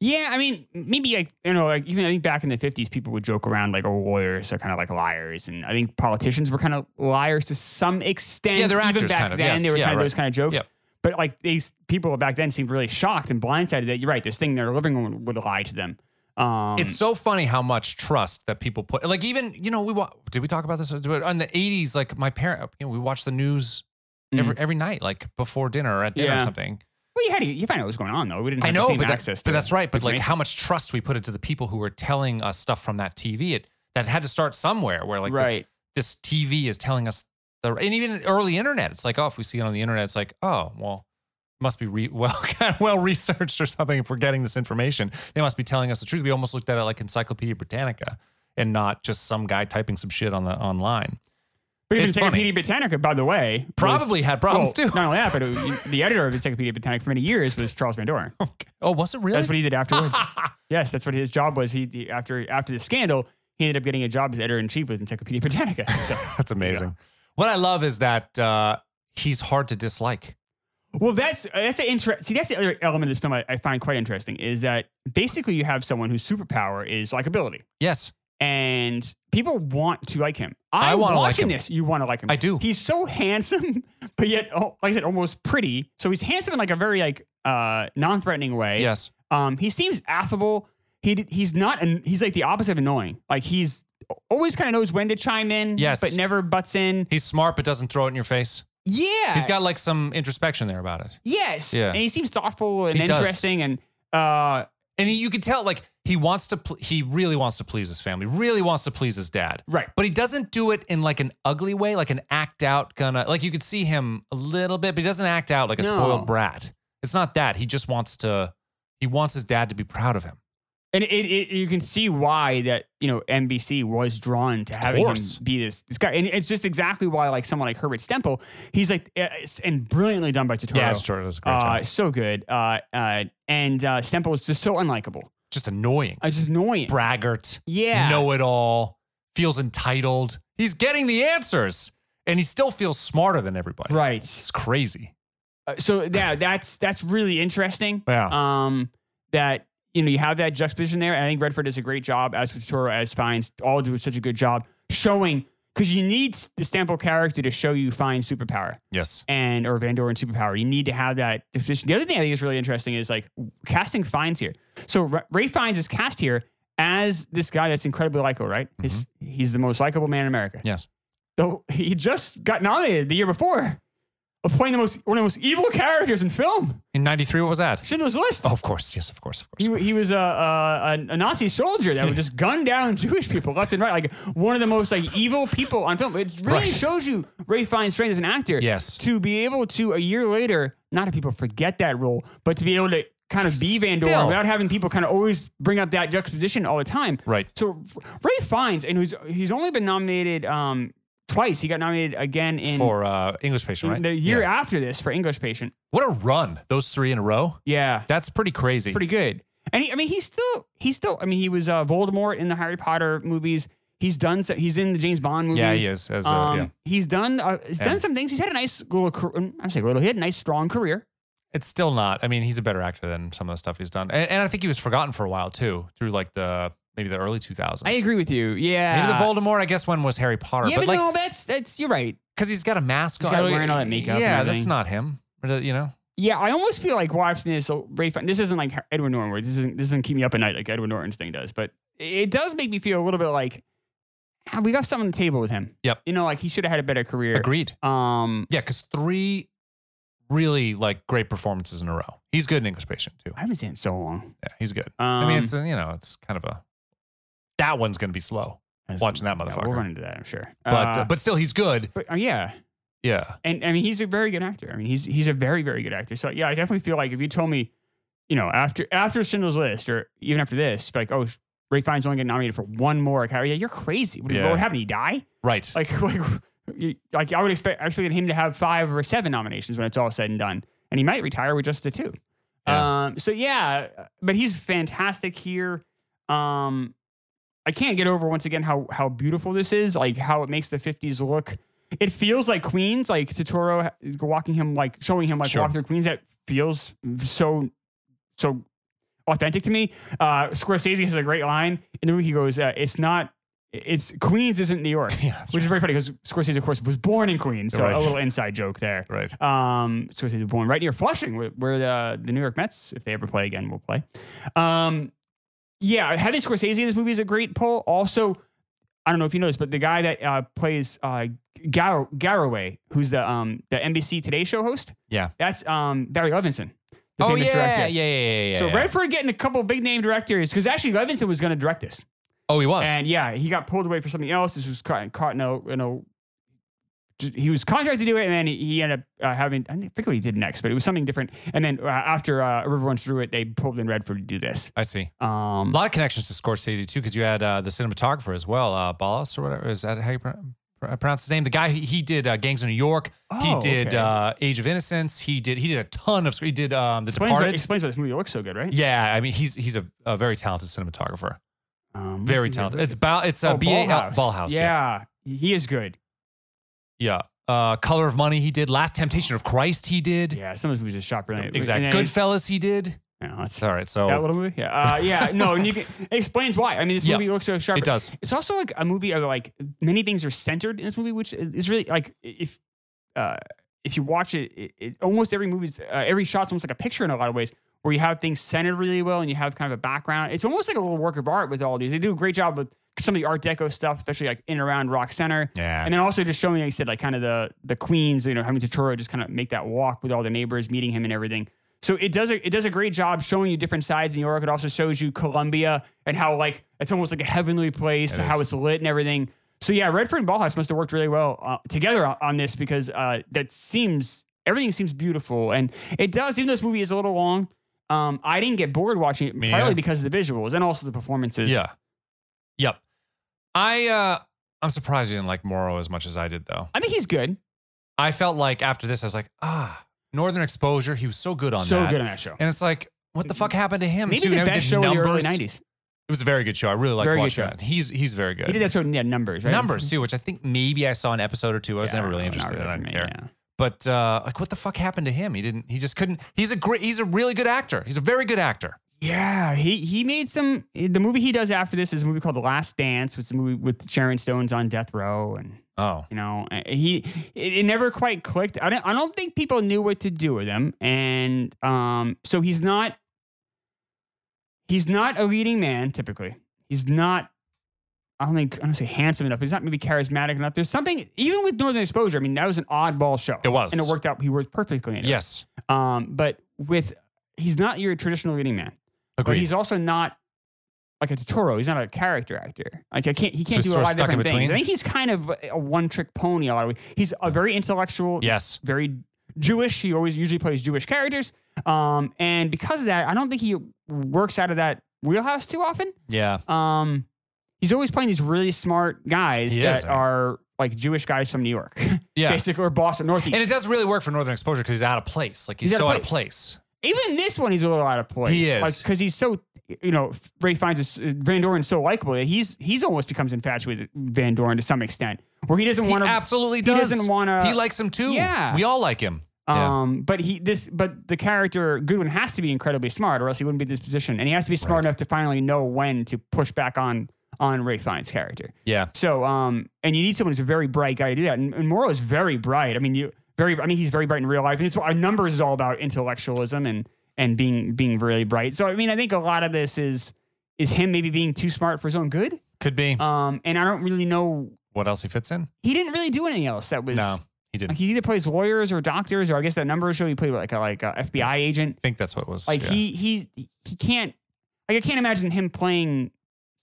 yeah i mean maybe like you know like even i think back in the 50s people would joke around like oh lawyers are kind of like liars and i think politicians were kind of liars to some extent Yeah, they're even actors back kind of, then yes. they were Yeah, kind of right. those kind of jokes Yep. But like these people back then seemed really shocked and blindsided that you're right. This thing in their living room would lie to them. Um, It's so funny how much trust that people put. Like even you know we wa- did we talk about this on the '80s? Like my parent, you know, we watched the news every every night, like before dinner or at dinner or Mm. Yeah. something. well, you had to, you find out what was going on though. We didn't have I know, the same but, that- access. but to that's right. But like information. how much trust we put into the people who were telling us stuff from that TV. It that had to start somewhere. Where like this- Right. this, TV is telling us the and even early internet. It's like oh, if we see it on the internet, it's like oh well. Must be re- [laughs] well well researched or something. If we're getting this information, they must be telling us the truth. We almost looked at it like Encyclopedia Britannica, and not just some guy typing some shit on the online. But even it's funny. Encyclopedia Britannica, by the way, was- Probably had well, problems too. Not only that, but it was- the editor of Encyclopedia Britannica for many years was Charles Van Doren. Oh, was it really? That's what he [laughs] did afterwards. yes, that's what his job was. He, he- after after the scandal, he ended up getting a job as editor in chief with Encyclopedia Britannica. [laughs] So- That's amazing. What I love is that uh, he's hard to dislike. Well, that's uh, that's an inter- See, that's the other element of this film I, I find quite interesting is that basically you have someone whose superpower is likability, Yes, and people want to like him. I, I wanna want like watching him. this. You want to like him. I do. He's so handsome, [laughs] but yet, oh, like I said, almost pretty. So he's handsome in like a very like uh, non-threatening way. yes. Um, he seems affable. He d- he's not an, he's like the opposite of annoying. Like he's always kind of knows when to chime in. Yes. but never butts in. He's smart, but doesn't throw it in your face. Yeah, He's got like some introspection there about it. yes. Yeah. and he seems thoughtful and He does. interesting and. Uh, And you can tell, like, he wants to, pl- he really wants to please his family, really wants to please his dad. Right. But he doesn't do it in like an ugly way, like an act out gonna, like, you could see him a little bit, but he doesn't act out like a No. spoiled brat. It's not that. He just wants to, he wants his dad to be proud of him. And it, it, you can see why that you know NBC was drawn to having him course. be this this guy, and it's just exactly why like someone like Herbert Stemple, he's like eh, it's- and brilliantly done by Totoro. Yeah, it's true. That's a great uh, job. so good. Uh, uh, and uh, Stemple is just so unlikable. Just annoying. It's just annoying. Braggart. yeah. Know it all. Feels entitled. He's getting the answers, and he still feels smarter than everybody. Right. It's crazy. Uh, so yeah, that's that's really interesting. Yeah. Um, that you know you have that juxtaposition there. And I think Redford does a great job as with Totoro as Fines all do such a good job showing because you need s- the Stample character to show you Fine's superpower yes. and or Van Doren superpower. You need to have that disposition. The other thing I think is really interesting is like casting Fines here. So Ra- Ray Fines is cast here as this guy that's incredibly likable, right? His, he's the most likable man in America. Yes. Though he just got nominated the year before. Of playing the most one of the most evil characters in film, In '93, what was that? Schindler's List. Oh, of course. Yes, of course, of course. He, he was a, a, a Nazi soldier that would just gun down Jewish people left and right, like one of the most like evil people on film. It really Right. shows you Ray Fine's strength as an actor. Yes. to be able to a year later, not have people forget that role, but to be able to kind of be Van Doren Still. without having people kind of always bring up that juxtaposition all the time. Right. So Ray Fine's, and who's he's only been nominated um twice. He got nominated again in. For uh, English patient, right? The year Yeah. after this for English Patient, What a run! Those three in a row. yeah, That's pretty crazy. pretty good. And he, I mean, he's still, he's still, I mean, he was uh, Voldemort in the Harry Potter movies. He's done, so, he's in the James Bond movies. yeah, he is. As, uh, um, yeah. He's done, uh, he's done And- some things. He's had a nice little, car- um, I say little, he had a nice strong career. It's still not. I mean, he's a better actor than some of the stuff he's done, and, and I think he was forgotten for a while too, through like the maybe the early 2000s. I agree with you. Yeah. Maybe the Voldemort. I guess when was Harry Potter? Yeah, but but, like, no, that's, that's, you're right. because he's got a mask. He's on. got wearing all that makeup and Yeah, that's everything. not him. Or the- You know, Yeah, I almost feel like watching this. uh, Ray Fiennes. This isn't like Har- Edward Norton. Where this isn't this doesn't keep me up at night like Edward Norton's thing does. But it does make me feel a little bit like ah, we left something on the table with him. Yep. You know, like he should have had a better career. agreed. Um, Yeah, because three really like great performances in a row. He's good in English Patient too. I haven't seen it in so long. Yeah, he's good. Um, I mean, it's uh, you know, it's kind of a that one's gonna be slow, watching that Um, yeah, motherfucker. we'll run into that, I'm sure. but Uh, uh, but still, he's good. but, uh, yeah, Yeah. and I mean, he's a very good actor. I mean, he's he's a very very good actor. So yeah, I definitely feel like if you told me, you know, after after Schindler's List or even after this, like oh. Ray Fiennes only getting nominated for one more. Academy. Yeah, you're crazy. What, Yeah. what would happen? He die? Right. like [laughs] like you, like I would expect I expected him to have five or seven nominations when it's all said and done, and he might retire with just the two. Yeah. Um, so yeah, but he's fantastic here. Um, I can't get over once again how how beautiful this is, like how it makes the '50s look. It feels like Queens, like Totoro walking him, like showing him like Sure. walk through Queens. That feels so so authentic to me. Uh, Scorsese has a great line in the movie. He goes, uh, "It's not." It's Queens isn't New York [laughs] yeah. That's which is very funny because Scorsese, of course, was born in Queens. So Right. a little inside joke there. right. Um, Scorsese was born right near Flushing, where, where uh, the, the New York Mets, if they ever play again, will play. Um, yeah, having Scorsese in this movie is a great pull. Also, I don't know if you know this, but the guy that uh, plays uh, Gar- Garraway, who's the um, the NBC Today Show host, Yeah. that's um, Barry Levinson, the oh famous yeah, director. yeah, yeah, yeah, yeah. so yeah. Redford getting a couple big name directors because actually Levinson was going to direct this. Oh, he was. And yeah, he got pulled away for something else. This was caught, caught in a, in a just- he was contracted to do it, and then he, he ended up uh, having I think- forget what he did next, but it was something different. And then uh, after uh, River Runs Through It, they pulled in Redford to do this. I see. A Um, lot of connections to Scorsese too, because you had uh, the cinematographer as well, uh, Ballas or whatever. Is that how you pro- pro- pronounce his name? The guy he, he did uh, Gangs of New York. Oh, he did okay. uh, Age of Innocence. He did he did a ton of. sc- He did um, The explains, why, Departed. explains why this movie looks so good, right? yeah, I mean he's he's a, a very talented cinematographer. Um, what's Very the- talented. what's It's it- Bal. It's a oh, B A L Ballhouse. Yeah, Yeah. he is good. yeah. Uh, Color of Money. He did Last Temptation of Christ. He did Yeah, some of his movies just shot brilliant. exactly. And then- Goodfellas. He did. Yeah, that's- All right, so That little movie, yeah, uh, yeah, no, and you can, it explains why. I mean, [laughs] this Yeah. movie looks so sharp. it does. It's also like a movie of like many things are centered in this movie, which is really like if uh, if you watch it, it, it almost every movie's uh, every shot's almost like a picture in a lot of ways, where you have things centered really well and you have kind of a background. It's almost like a little work of art with all these. They do a great job with some of the Art Deco stuff, especially like in and around Rock Center. Yeah. And then also just showing, like I said, like kind of the the Queens, you know, having Totoro just kind of make that walk with all the neighbors, meeting him and everything. So it does a, it does a great job showing you different sides in New York. It also shows you Columbia and how like it's almost like a heavenly place, It how is. it's lit and everything. So yeah, Redford and Ballhouse must have worked really well uh, together on, on this because uh, that seems everything seems beautiful and it does. Even though this movie is a little long, Um, I didn't get bored watching it Me partly either. because of the visuals and also the performances. Yeah. Yep. I uh I'm surprised you didn't like Morrow as much as I did though. I think he's good. I felt like after this, I was like, ah, Northern Exposure, he was so good on so that. good on that show. And it's like, what the fuck happened to him? Maybe too? the Now he best did show in the early numbers. '90s. It was a very good show. I really liked Very good watching show. that. He's he's very good. He did that show yeah, numbers, right? numbers too, which I think maybe I saw an episode or two. I was Yeah, never really not interested. in it. I for didn't me, care. yeah. But uh, like, what the fuck happened to him? He didn't. He just couldn't. He's a great. He's a really good actor. He's a very good actor. Yeah, he he made some. The movie he does after this is a movie called The Last Dance, which is a movie with Sharon Stone's on death row, and Oh, you know uh, he it, it never quite clicked. I don't I don't think people knew what to do with him, and um, so he's not he's not a leading man typically. He's not. I don't think I don't say handsome enough. He's not maybe charismatic enough. There's something even with Northern Exposure. I mean, that was an oddball show. It was. and it worked out. He worked perfectly in it. yes, Um, but with he's not your traditional leading man. But agreed. he's also not like a Totoro. He's not a character actor. Like I can't. He So can't he's do sort a of lot of stuck in different things. I between? think he's kind of a one-trick pony. A lot of ways. He's a very intellectual. yes, Very Jewish. He always usually plays Jewish characters. Um, and because of that, I don't think he works out of that wheelhouse too often. yeah, Um, he's always playing these really smart guys He that is, I mean. are like Jewish guys from New York, [laughs] yeah. basically, or Boston, Northeast. And it does really work for Northern Exposure because he's out of place. Like he's, He's so out of out of place. even this one, he's a little out of place. He is. because he's so you know Ray finds is- Van Doren's so likable that he's he's almost becomes infatuated with Van Doren to some extent, where he doesn't He want to. absolutely he does. doesn't wanna- He likes him too. Yeah. we all like him. Yeah. Um, but he this but the character Goodwin has to be incredibly smart, or else he wouldn't be in this position, and he has to be smart enough to finally know when to push back on on Ray Fine's character. Yeah, So, um, and you need someone who's a very bright guy to do that. And, and Morrow is very bright. I mean, you very. I mean, he's very bright in real life, and it's our numbers is all about intellectualism and and being being really bright. So, I mean, I think a lot of this is is him maybe being too smart for his own good. could be. Um, and I don't really know. what else he fits in? He didn't really do anything else that was. No, he didn't. Like he either plays lawyers or doctors, or I guess that number show he played like a like a FBI agent. I think that's what was. Like yeah. he he he can't. Like I can't imagine him playing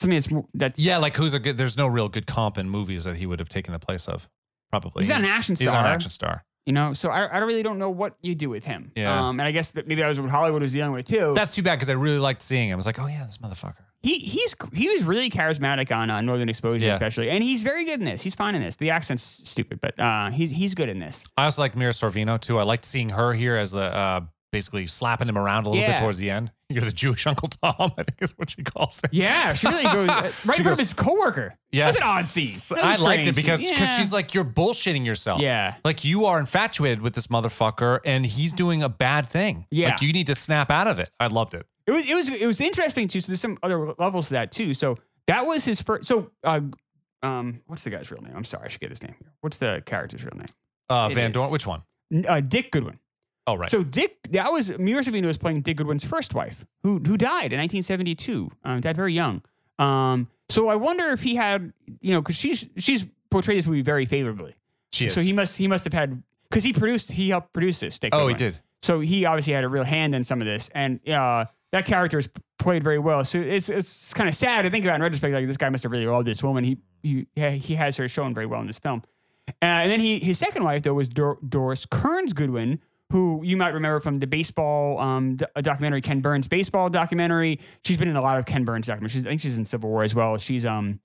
something that's more- that's Yeah, like who's a good? There's no real good comp in movies that he would have taken the place of. Probably. He's not an action He's star. not an action star. You know, so I, I don't really don't know what you do with him. Yeah. Um, and I guess that maybe that was what Hollywood was dealing with too. That's too bad because I really liked seeing him. I was like, oh yeah, this motherfucker. he he's he was really charismatic on uh, Northern Exposure Yeah. especially, and he's very good in this. He's fine in this. The accent's stupid, but uh, he's he's good in this. I also like Mira Sorvino too. I liked seeing her here as the uh, basically slapping him around a little Yeah. bit towards the end. [laughs] You're the Jewish Uncle Tom, I think is what she calls it. Yeah, she really [laughs] goes uh, right She from goes- his coworker. Yes, That's an odd scene. That I was liked it strange. because because Yeah. she's like you're bullshitting yourself. Yeah. Like you are infatuated with this motherfucker and he's doing a bad thing. Yeah. Like you need to snap out of it. I loved it. It was it was it was interesting too. So there's some other levels to that too. So that was his first. So uh, um, what's the guy's real name? I'm sorry, I should get his name. here. What's the character's real name? Uh, It Van is. Dorn, which one? N- Uh, Dick Goodwin. Oh right. So Dick, that was Mira Sorvino was playing Dick Goodwin's first wife, who who died in 1972. Um, died very young. Um, so I wonder if he had, you know, because she's she's portrayed this movie very favorably. she is. So he must he must have had because he produced he helped produce this. Dick oh, he Goodwin. did. So he obviously had a real hand in some of this, and uh, that character is played very well. So it's it's kind of sad to think about in retrospect. Like this guy must have really loved this woman. He he yeah, he has her shown very well in this film. Uh, and then he his second wife though was Dor- Doris Kearns Goodwin, who you might remember from the baseball um, d- documentary, Ken Burns baseball documentary. She's been in a lot of Ken Burns documentaries. She's, I think she's in Civil War as well. She's um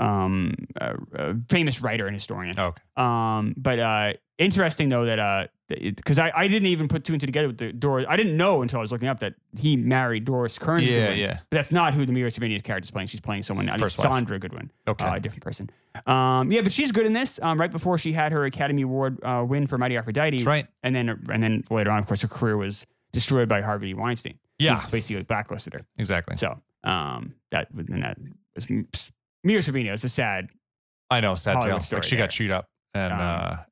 um a, a famous writer and historian. Oh, okay. Um, but uh, interesting though that uh, because I, I didn't even put two and two together with the Doris. I didn't know until I was looking up that he married Doris Kearns. Yeah, Goodwin. yeah. But that's not who the Mira Savinia's character is playing. She's playing someone. I think First wife. Sandra Goodwin. Okay. uh, a different person. Um, yeah, but she's good in this. Um, right before she had her Academy Award uh, win for Mighty Aphrodite. That's right. And then and then later on, of course, her career was destroyed by Harvey E. Weinstein. He Yeah. basically blacklisted her. Exactly. So um, that and that was Mira Savino. It's a sad I know, sad tale. Hollywood story Like she there. got chewed up and Um,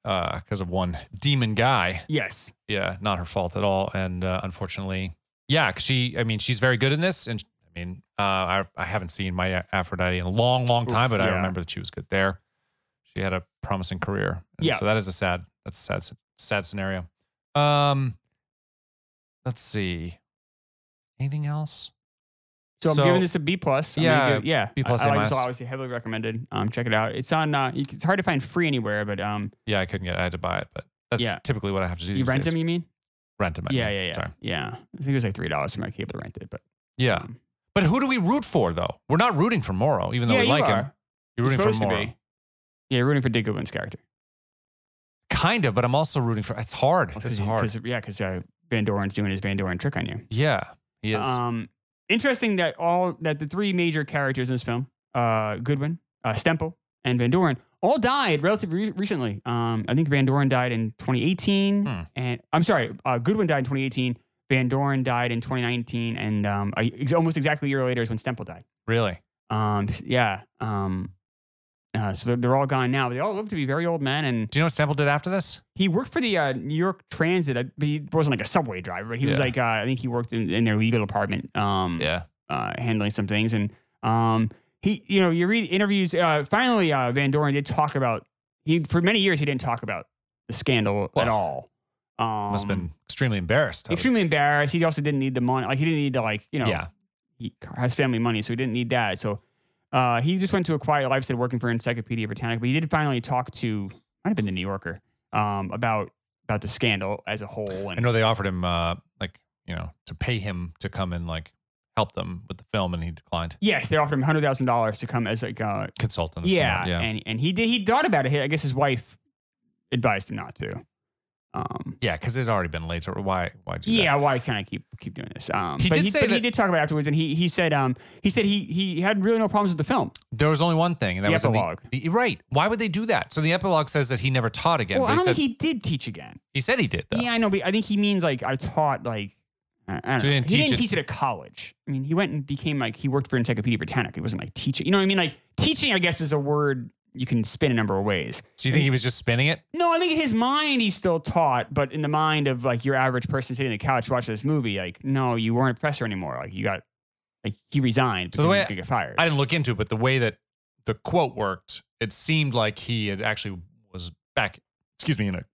uh uh because of one demon guy. yes. Yeah, not her fault at all. And uh, unfortunately, yeah, 'cause she. I mean, she's very good in this. And I mean, uh, I I haven't seen my A- Aphrodite in a long, long time, Oof, but I yeah. remember that she was good there. She had a promising career. And Yeah. So that is a sad. That's a sad. s- Sad scenario. Um, let's see. Anything else? So, I'm giving this a B plus. I'm gonna Yeah, give- yeah. B plus, I, I A like this a lot. minus. Obviously, heavily recommended. Um, check it out. It's on. Uh, you c- it's hard to find free anywhere, but um, Yeah, I couldn't get. it. I had to buy it, but that's Yeah. typically what I have to do. you these rent days. them. You mean? Rent them. I Yeah, mean. yeah, yeah. Sorry. Yeah. I think it was like three dollars for my cable to rent it, but Yeah. um, But who do we root for though? We're not rooting for Morrow, even though yeah, we you like are. him. You're You're rooting supposed for to Morrow. be. Yeah, you're rooting for Dick Goodwin's character. Kind of, but I'm also rooting for it's hard. Well, It's 'cause he- hard. 'cause- yeah, because uh, Van Doren's doing his Van Doren trick on you. Yeah. He is. Um, interesting that all that the three major characters in this film, uh, Goodwin, uh, Stemple, and Van Doren, all died relatively re- recently. Um, I think Van Doren died in 2018, Hmm. and I'm sorry, uh, Goodwin died in 2018. Van Doren died in 2019, and um, a- ex- almost exactly a year later is when Stemple died. really. Um, yeah. Um, uh, so they're, they're all gone now. They all live to be very old men, and Do you know what Stemple did after this? he worked for the uh, New York Transit. I- But he wasn't like a subway driver, but he was Yeah. like uh, I think he worked in, in their legal department, um, Yeah. uh, handling some things. And um, he, you know, you read interviews. Uh, finally, uh, Van Doren did talk about he for many years he didn't talk about the scandal at all. Um, Must have been extremely embarrassed. I would- extremely embarrassed. He also didn't need the money. Like he didn't need to like you know Yeah. he has family money, so he didn't need that. So uh, he just went to a quiet life, said working for Encyclopedia Britannica. But he did finally talk to, might have been the New Yorker, um, about about the scandal as a whole. I And know they offered him uh like, you know, to pay him to come and like help them with the film and he declined. yes, they offered him hundred thousand dollars to come as like, uh, Consultant. or something, yeah, Yeah. and and he did. He thought about it. I guess his wife advised him not to. Um, Yeah, because it had already been later. Why why do that? yeah, why can't I keep keep doing this? Um, He but did he, say but he that- did talk about it afterwards, and he he said um he said he he had really no problems with the film. There was only one thing, and that The was in the- epilogue. the- right. Why would they do that? So the epilogue says that he never taught again. well, but he, I don't said, think he did teach again. he said he did though. Yeah, I know, but I think he means like I taught like I I don't So he know. didn't he teach didn't it- teach it at college. I mean, he went and became like he worked for Encyclopedia Britannica. He wasn't like teaching. You know what I mean? Like teaching, I guess, is a word you can spin a number of ways. So you think he was just spinning it? No, I think in his mind he still taught, but in the mind of like your average person sitting on the couch watching this movie, like no, you weren't a professor anymore. Like you got like he resigned. So the because way he could get fired. I didn't look into it, but the way that the quote worked, it seemed like he had actually was back, excuse me, in a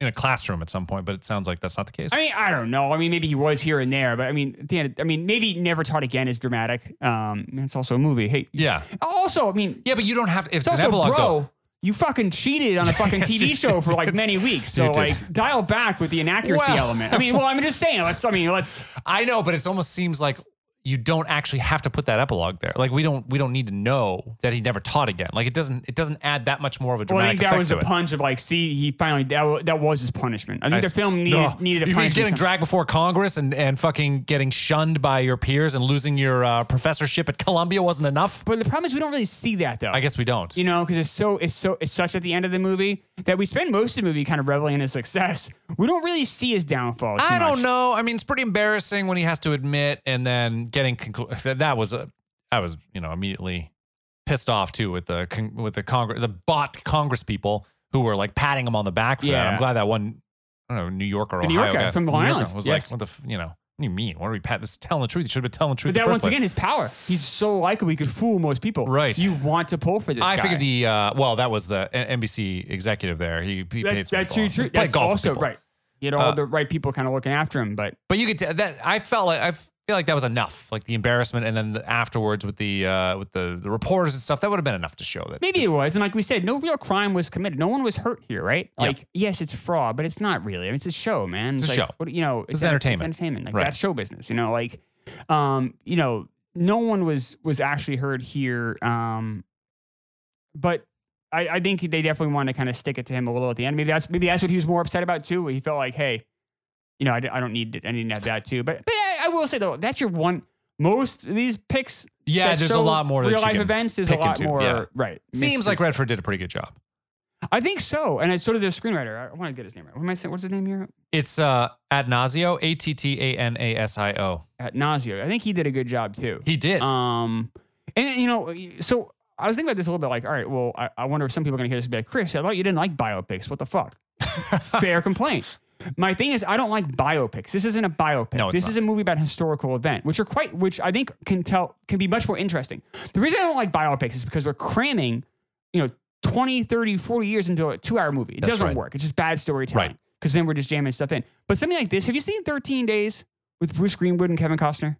in a classroom at some point, but it sounds like that's not the case. I mean, I don't know. I mean, maybe he was here and there, but I mean, at the end, I mean, maybe never taught again is dramatic. Um, and it's also a movie. Hey, yeah. also, I mean, Yeah, but you don't have if it's, It's an also, epilogue bro, though. you fucking cheated [laughs] on a fucking Yes, you TV show did. for like many weeks. So You did. like, dial back with the inaccuracy Well- element. I mean, well, I'm just saying. Let's. I mean, let's. I know, but it almost seems like you don't actually have to put that epilogue there. Like we don't we don't need to know that he never taught again. Like it doesn't it doesn't add that much more of a Well, I dramatic think that effect was to the it. punch of like, see, he finally that, wa- that was his punishment. I think the s- film needed No. needed you a mean punishment. getting dragged before Congress and, and fucking getting shunned by your peers and losing your uh, professorship at Columbia wasn't enough? but the problem is we don't really see that though. I guess we don't. you know, because it's so it's so it's such at the end of the movie that we spend most of the movie kind of reveling in his success. We don't really see his downfall. too I much. don't know. I mean, it's pretty embarrassing when he has to admit and then getting conclu- that, that was a I was you know immediately pissed off too with the con- with the Congress the bot Congress people who were like patting him on the back for that. I'm Yeah. glad that one I don't know New Yorker or The Ohio New Yorker guy, from New Long Yorker Island, was yes. like what the f- you know what do you mean what are we pat this is telling the truth you should have been telling the truth But in that the once first place. again is power. He's so likable he could fool most people. Right. You want to pull for this I guy. figured the uh, well that was the N- NBC executive there he, he paid That, some that's people too off. He true. played That's golf with also people. right. You had all Uh, the right people kind of looking after him, but But you could tell that I felt like I feel like that was enough, like the embarrassment, and then the, afterwards with the uh, with the, the reporters and stuff, that would have been enough to show that. maybe it was. And like we said, no real crime was committed. No one was hurt here, right? Yeah. Like, yes, it's fraud, but it's not really. I mean, it's a show, man. It's a like, show. What, you know, This is enter- entertainment. It's entertainment. Like Right. that's show business. You know, like, um, you know, no one was was actually hurt here. Um, but. I, I think they definitely wanted to kind of stick it to him a little at the end. Maybe that's maybe that's what he was more upset about too. He felt like, hey, you know, I, d- I don't need I didn't have that too. But, but I, I will say though, that's your one. Most of these picks yeah, that there's a show lot more that real you life can- events. There's a pick lot into, more yeah. right. Seems like mysteries. Redford did a pretty good job. I think so, and it's sort of the screenwriter. I- I want to get his name right. What am I saying? What's his name here? It's uh, Adnasio, A T T A N A S I O. At Nazio. Uh, I think he did a good job too. He did. Um, and you know, so I was thinking about this a little bit. Like, all right, well, I, I wonder if some people are gonna hear this and be like, Chris, I thought you didn't like biopics. What [laughs] the fuck? Fair complaint. My thing is, I don't like biopics. This isn't a biopic. No, it's this not. is a movie about a historical event, which are quite, which I think can tell can be much more interesting. The reason I don't like biopics is because we're cramming, you know, 20, 30, 40 years into a two-hour movie. It That's doesn't right. work. It's just bad storytelling. Right. Because then we're just jamming stuff in. But something like this, have you seen 13 Days with Bruce Greenwood and Kevin Costner?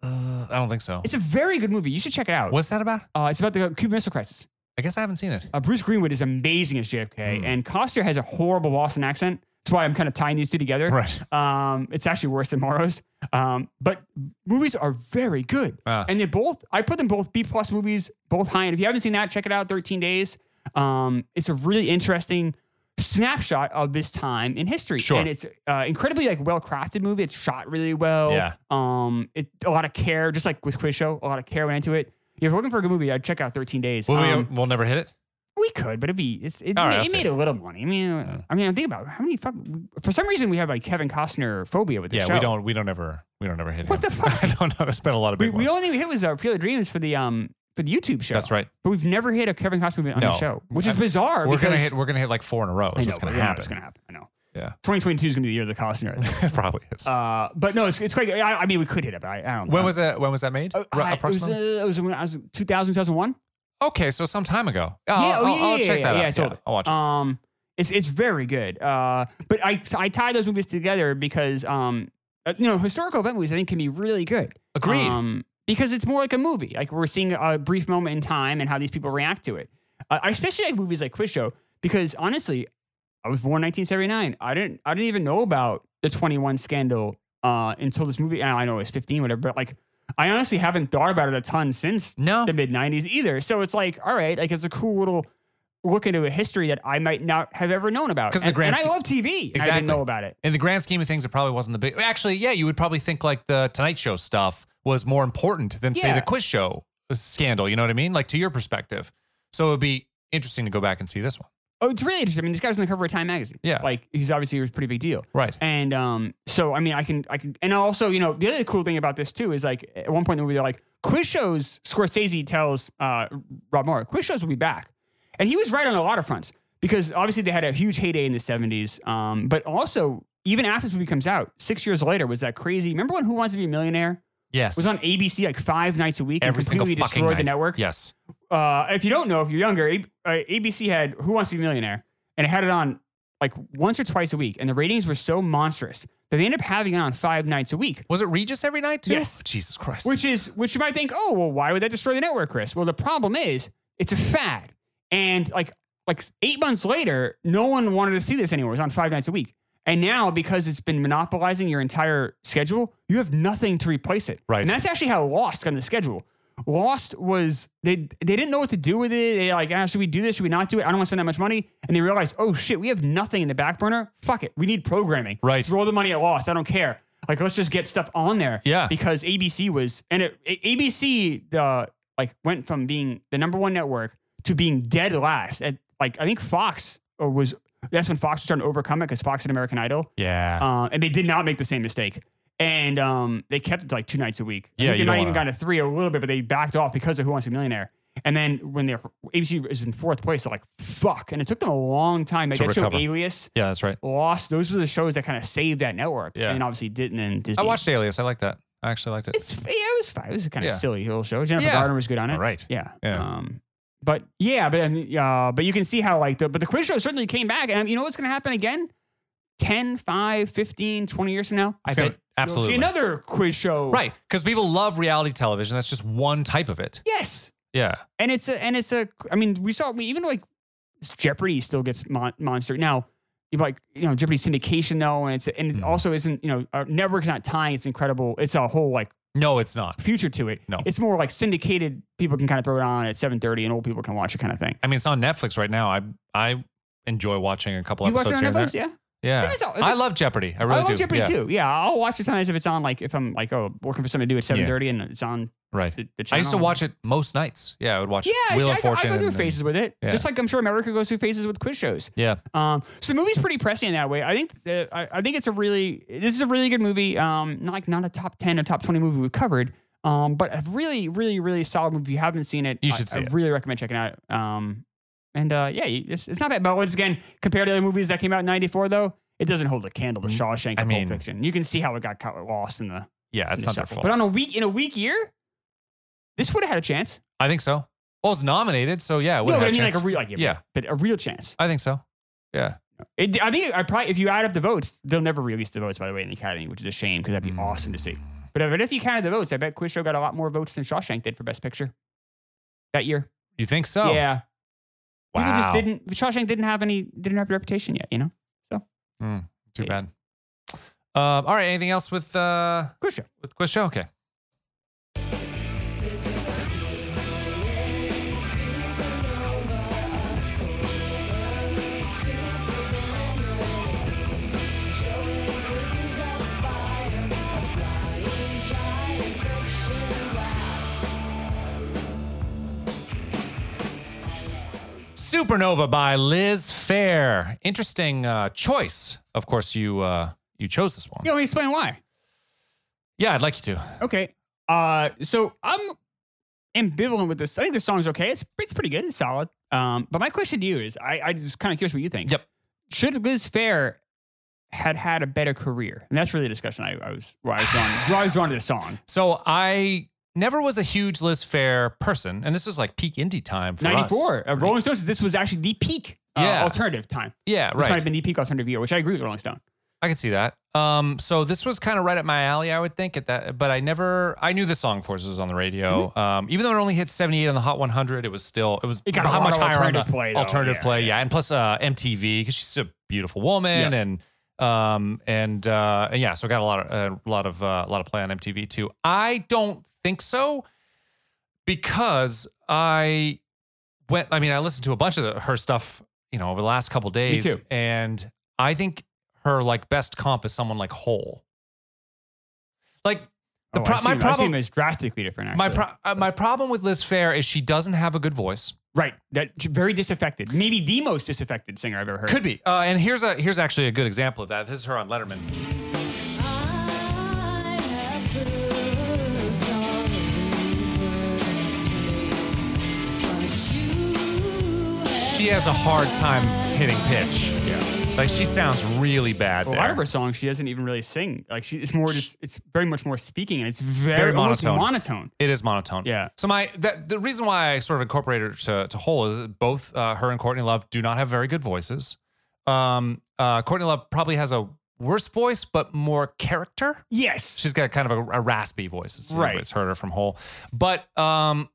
Uh, I don't think so. It's a very good movie. You should check it out. What's that about? Uh, it's about the Cuban Missile Crisis. [laughs] I guess I haven't seen it. Uh, Bruce Greenwood is amazing as JFK, Hmm. and Costner has a horrible Boston accent. That's why I'm kind of tying these two together. [laughs] Right. Um, it's actually worse than Morrow's. Um, but movies are very good, Ah. and they both. I put them both B plus movies, both high end. If you haven't seen that, check it out. Thirteen Days. Um, it's a really interesting snapshot of this time in history, Sure. and it's uh, incredibly like well crafted movie. It's shot really well. Yeah. Um, it a lot of care, just like with Quiz Show, a lot of care went into it. If you're looking for a good movie, I'd check out Thirteen Days. Will Um, we, we'll never hit it. we could, but it'd be it's it, All right, ma- I'll it say made a little money. I mean, uh, I mean, I think about it. how many fuck. For some reason, we have like Kevin Costner phobia with the Yeah, show. we don't. We don't ever. We don't ever hit What [laughs] him. the fuck? I don't know. There's been a lot of We, big we ones. only hit was our Field of Dreams for the um for the YouTube show. That's right. But we've never hit a Kevin Costner movie on No. the show, which is I- bizarre. We're because gonna hit. We're gonna hit like four in a row. I Is know, what's gonna yeah, It's happen? [laughs] gonna happen. I know. Yeah. 2022 is gonna be the year of the Costner. I think. [laughs] Probably is. uh, but no, it's, it's quite. I, I mean, we could hit it, but I, I don't. when know. was that? When was that made? Uh, Ru- I- it was, uh, approximately. it was when I was 2000, 2001. okay, so some time ago. Oh, Yeah, I'll, oh, I'll- yeah, I'll yeah, check yeah, that yeah, out. totally. I'll watch it. Um, it's it's very good. Uh, but I I tie those movies together because um, uh, you know, historical event movies I think can be really good. Agreed. Um, because it's more like a movie. Like we're seeing a brief moment in time and how these people react to it. Uh, I especially like movies like Quiz Show because honestly, I was born 1979. I didn't I didn't even know about the 21 scandal uh, until this movie. And I know it was 15, whatever. But like, I honestly haven't thought about it a ton since no. the mid 90s either. So it's like, all right, like it's a cool little look into a history that I might not have ever known about. 'Cause the And- grand and I scheme- love TV. and I Exactly. didn't know about it. In the grand scheme of things, it probably wasn't the big. Actually, yeah, you would probably think like the Tonight Show stuff was more important than say Yeah. the Quiz Show uh, scandal. You know what I mean? Like to your perspective. So it would be interesting to go back and see this one. Oh, it's really interesting. I mean, this guy was on the cover of Time magazine. Yeah. Like he's obviously he was a pretty big deal. Right. And um, so I mean, I can, I can, and also, you know, the other cool thing about this too is like at one point in the movie, they're like, quiz shows. Scorsese tells uh, Rob Moore, quiz shows will be back, and he was right on a lot of fronts because obviously they had a huge heyday in the '70s, um, but also even after this movie comes out, six years later, was that crazy? Remember when Who Wants to Be a Millionaire Yes. was on ABC like five nights a week Every and single completely fucking destroyed the night. network? Yes. uh, if you don't know, if you're younger, A- uh, ABC had Who Wants to Be a Millionaire, and it had it on like once or twice a week, and the ratings were so monstrous that they ended up having it on five nights a week, Was it Regis every night too? Yes. Jesus Christ. which is which you might think, oh well, why would that destroy the network, Chris? Well, the problem is it's a fad, and like like eight months later, no one wanted to see this anymore. It was on five nights a week, and now because it's been monopolizing your entire schedule, you have nothing to replace it. Right. and that's actually how Lost got on the schedule. Lost was they they didn't know what to do with it. They like, ah, should we do this? Should we not do it? I don't want to spend that much money. And they realized, oh shit, we have nothing in the back burner. Fuck it, we need programming. Right. throw the money at Lost. I don't care. Like, let's just get stuff on there. Yeah. because ABC was and it, A- ABC the like went from being the number one network to being dead last. At like I think Fox uh, was that's when Fox was starting to overcome it because Fox and American Idol. yeah. Uh, and they did not make the same mistake. And um, they kept it to like two nights a week. I Yeah, think you they might don't even wanna- gotten to three a little bit, but they backed off because of Who Wants to Be a Millionaire. And then when their ABC is in fourth place, they're like, "Fuck!" And it took them a long time. Like To that recover. show, Alias, yeah, that's right. Lost. Those were the shows that kind of saved that network. Yeah. And obviously didn't. And Disney. I watched Alias. I like that. I actually liked it. It's yeah, it was fine. It was a kind of Yeah. silly little show. Jennifer Yeah. Garner was good on it. All right. Yeah. Yeah. Um, but yeah, but I mean, uh, but you can see how like the but the quiz show certainly came back, and um, you know what's going to happen again? 10, 5, 15, 20 years from now, I It's gonna- bet absolutely. you'll see another quiz show. Right. Because people love reality television. That's just one type of it. Yes, Yeah. and it's a and it's a. I mean, we saw we even like Jeopardy still gets mon- monster now. You like you know Jeopardy syndication though, and it's and it Mhm. also isn't you know our network's not tying. It's incredible. It's a whole like No, it's not. future to it. No. It's more like syndicated. People can kind of throw it on at seven thirty, and old people can watch it kind of thing. I mean, it's on Netflix right now. I I enjoy watching a couple Do you watch episodes it on here and Netflix? there. Yeah. Yeah. It is all- I love Jeopardy. I I really love do. Jeopardy yeah. too. Yeah, I'll watch it sometimes if it's on. Like if I'm like oh looking for something to do at seven thirty and it's on Right. the, the channel. I used to watch it most nights. Yeah, I would watch Yeah, Wheel I, of I, go- I Fortune. go through and- phases with it, yeah. just like I'm sure America goes through phases with quiz shows. yeah. Um, so the movie's pretty pressing in that way. I think uh, I, I think it's a really this is a really good movie. Um, not like not a top ten or top twenty movie we've covered. Um, but a really, really, really solid movie. If you haven't seen it, You I- should see I, it. really recommend checking out. Um, and uh, yeah, you- it's, it's not bad. But once again, compared to other movies that came out in '94, though, it doesn't hold a candle to Shawshank and Mm-hmm. I mean- Pulp Fiction. You can see how it got caught lost in the. Yeah, in it's the not their shuffle. fault. But on a week in a weak year, this would have had a chance. I think so. Well, it's nominated, so yeah, it would No, have but I had mean a like chance. a real, like, Yeah. but a real chance. I think so. Yeah. It, I think I probably if you add up the votes, they'll never release the votes by the way in the Academy, which is a shame because that'd be awesome to see. But if, but if you counted the votes, I bet Quiz Show got a lot more votes than Shawshank did for Best Picture that year. You think so? Yeah, Wow. people just didn't. Shawshank didn't have any didn't have a reputation yet, you know. So Mm, too Yeah. bad. Um, all right. Anything else with uh, Quiz show. with quiz show? Okay. Supernova by Liz Fair. Interesting uh, choice. Of course, you uh, you chose this one. Yeah, let me explain why. Yeah, I'd like you to. Okay. Uh, so I'm ambivalent with this. I think the song's okay. It's it's pretty good. It's solid. Um, but my question to you is, I I just kind of curious what you think. Yep. Should Liz Fair had had a better career? And that's really the discussion I, I was where I was drawn. where I was drawn to the song. So I never was a huge Liz Fair person, and this was like peak indie time [sighs] for us. Ninety four. Uh, Rolling Stones. This was actually the peak. Uh, Yeah. Alternative time. Yeah, This might right. have been the peak alternative year, which I agree with Rolling Stone. I can see that. Um, so this was kind of right up my alley, I would think. At that, but I never, I knew this song before this was on the radio. Um, even though it only hit 78 on the Hot 100, it was still, it was Mm-hmm. It got a how lot much of higher on the alternative play, though. alternative Yeah, play, yeah. And plus uh, MTV because she's a beautiful woman, and um, and uh, and yeah, so it got a lot of a lot of uh, a lot of play on MTV too. I don't think so because I went. I mean, I listened to a bunch of the- her stuff, you know, over the last couple days, too. and I think her like best comp is someone like Hole. Like the oh, pro- I see my him. I see problem, him as drastically different. Actually. my pro- uh, my problem with Liz Fair is she doesn't have a good voice. right. That very disaffected. Maybe the most disaffected singer I've ever heard. Could be. Uh, and here's a here's actually a good example of that. This is her on Letterman. She has a hard time hitting pitch. yeah. Like she sounds really bad A there. lot of her songs, she doesn't even really sing. Like she, it's more just, it's very much more speaking, and it's very, Very almost monotone. Um, monotone. It is monotone. Yeah. So my that the reason why I sort of incorporated her to to whole is that both uh, her and Courtney Love do not have very good voices. Um, uh, Courtney Love probably has a worse voice, but more character. Yes. She's got kind of a, a raspy voice. It's Right. It's heard her from Hole, but um,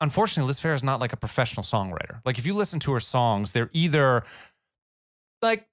unfortunately, Liz Fair is not like a professional songwriter. Like if you listen to her songs, they're either like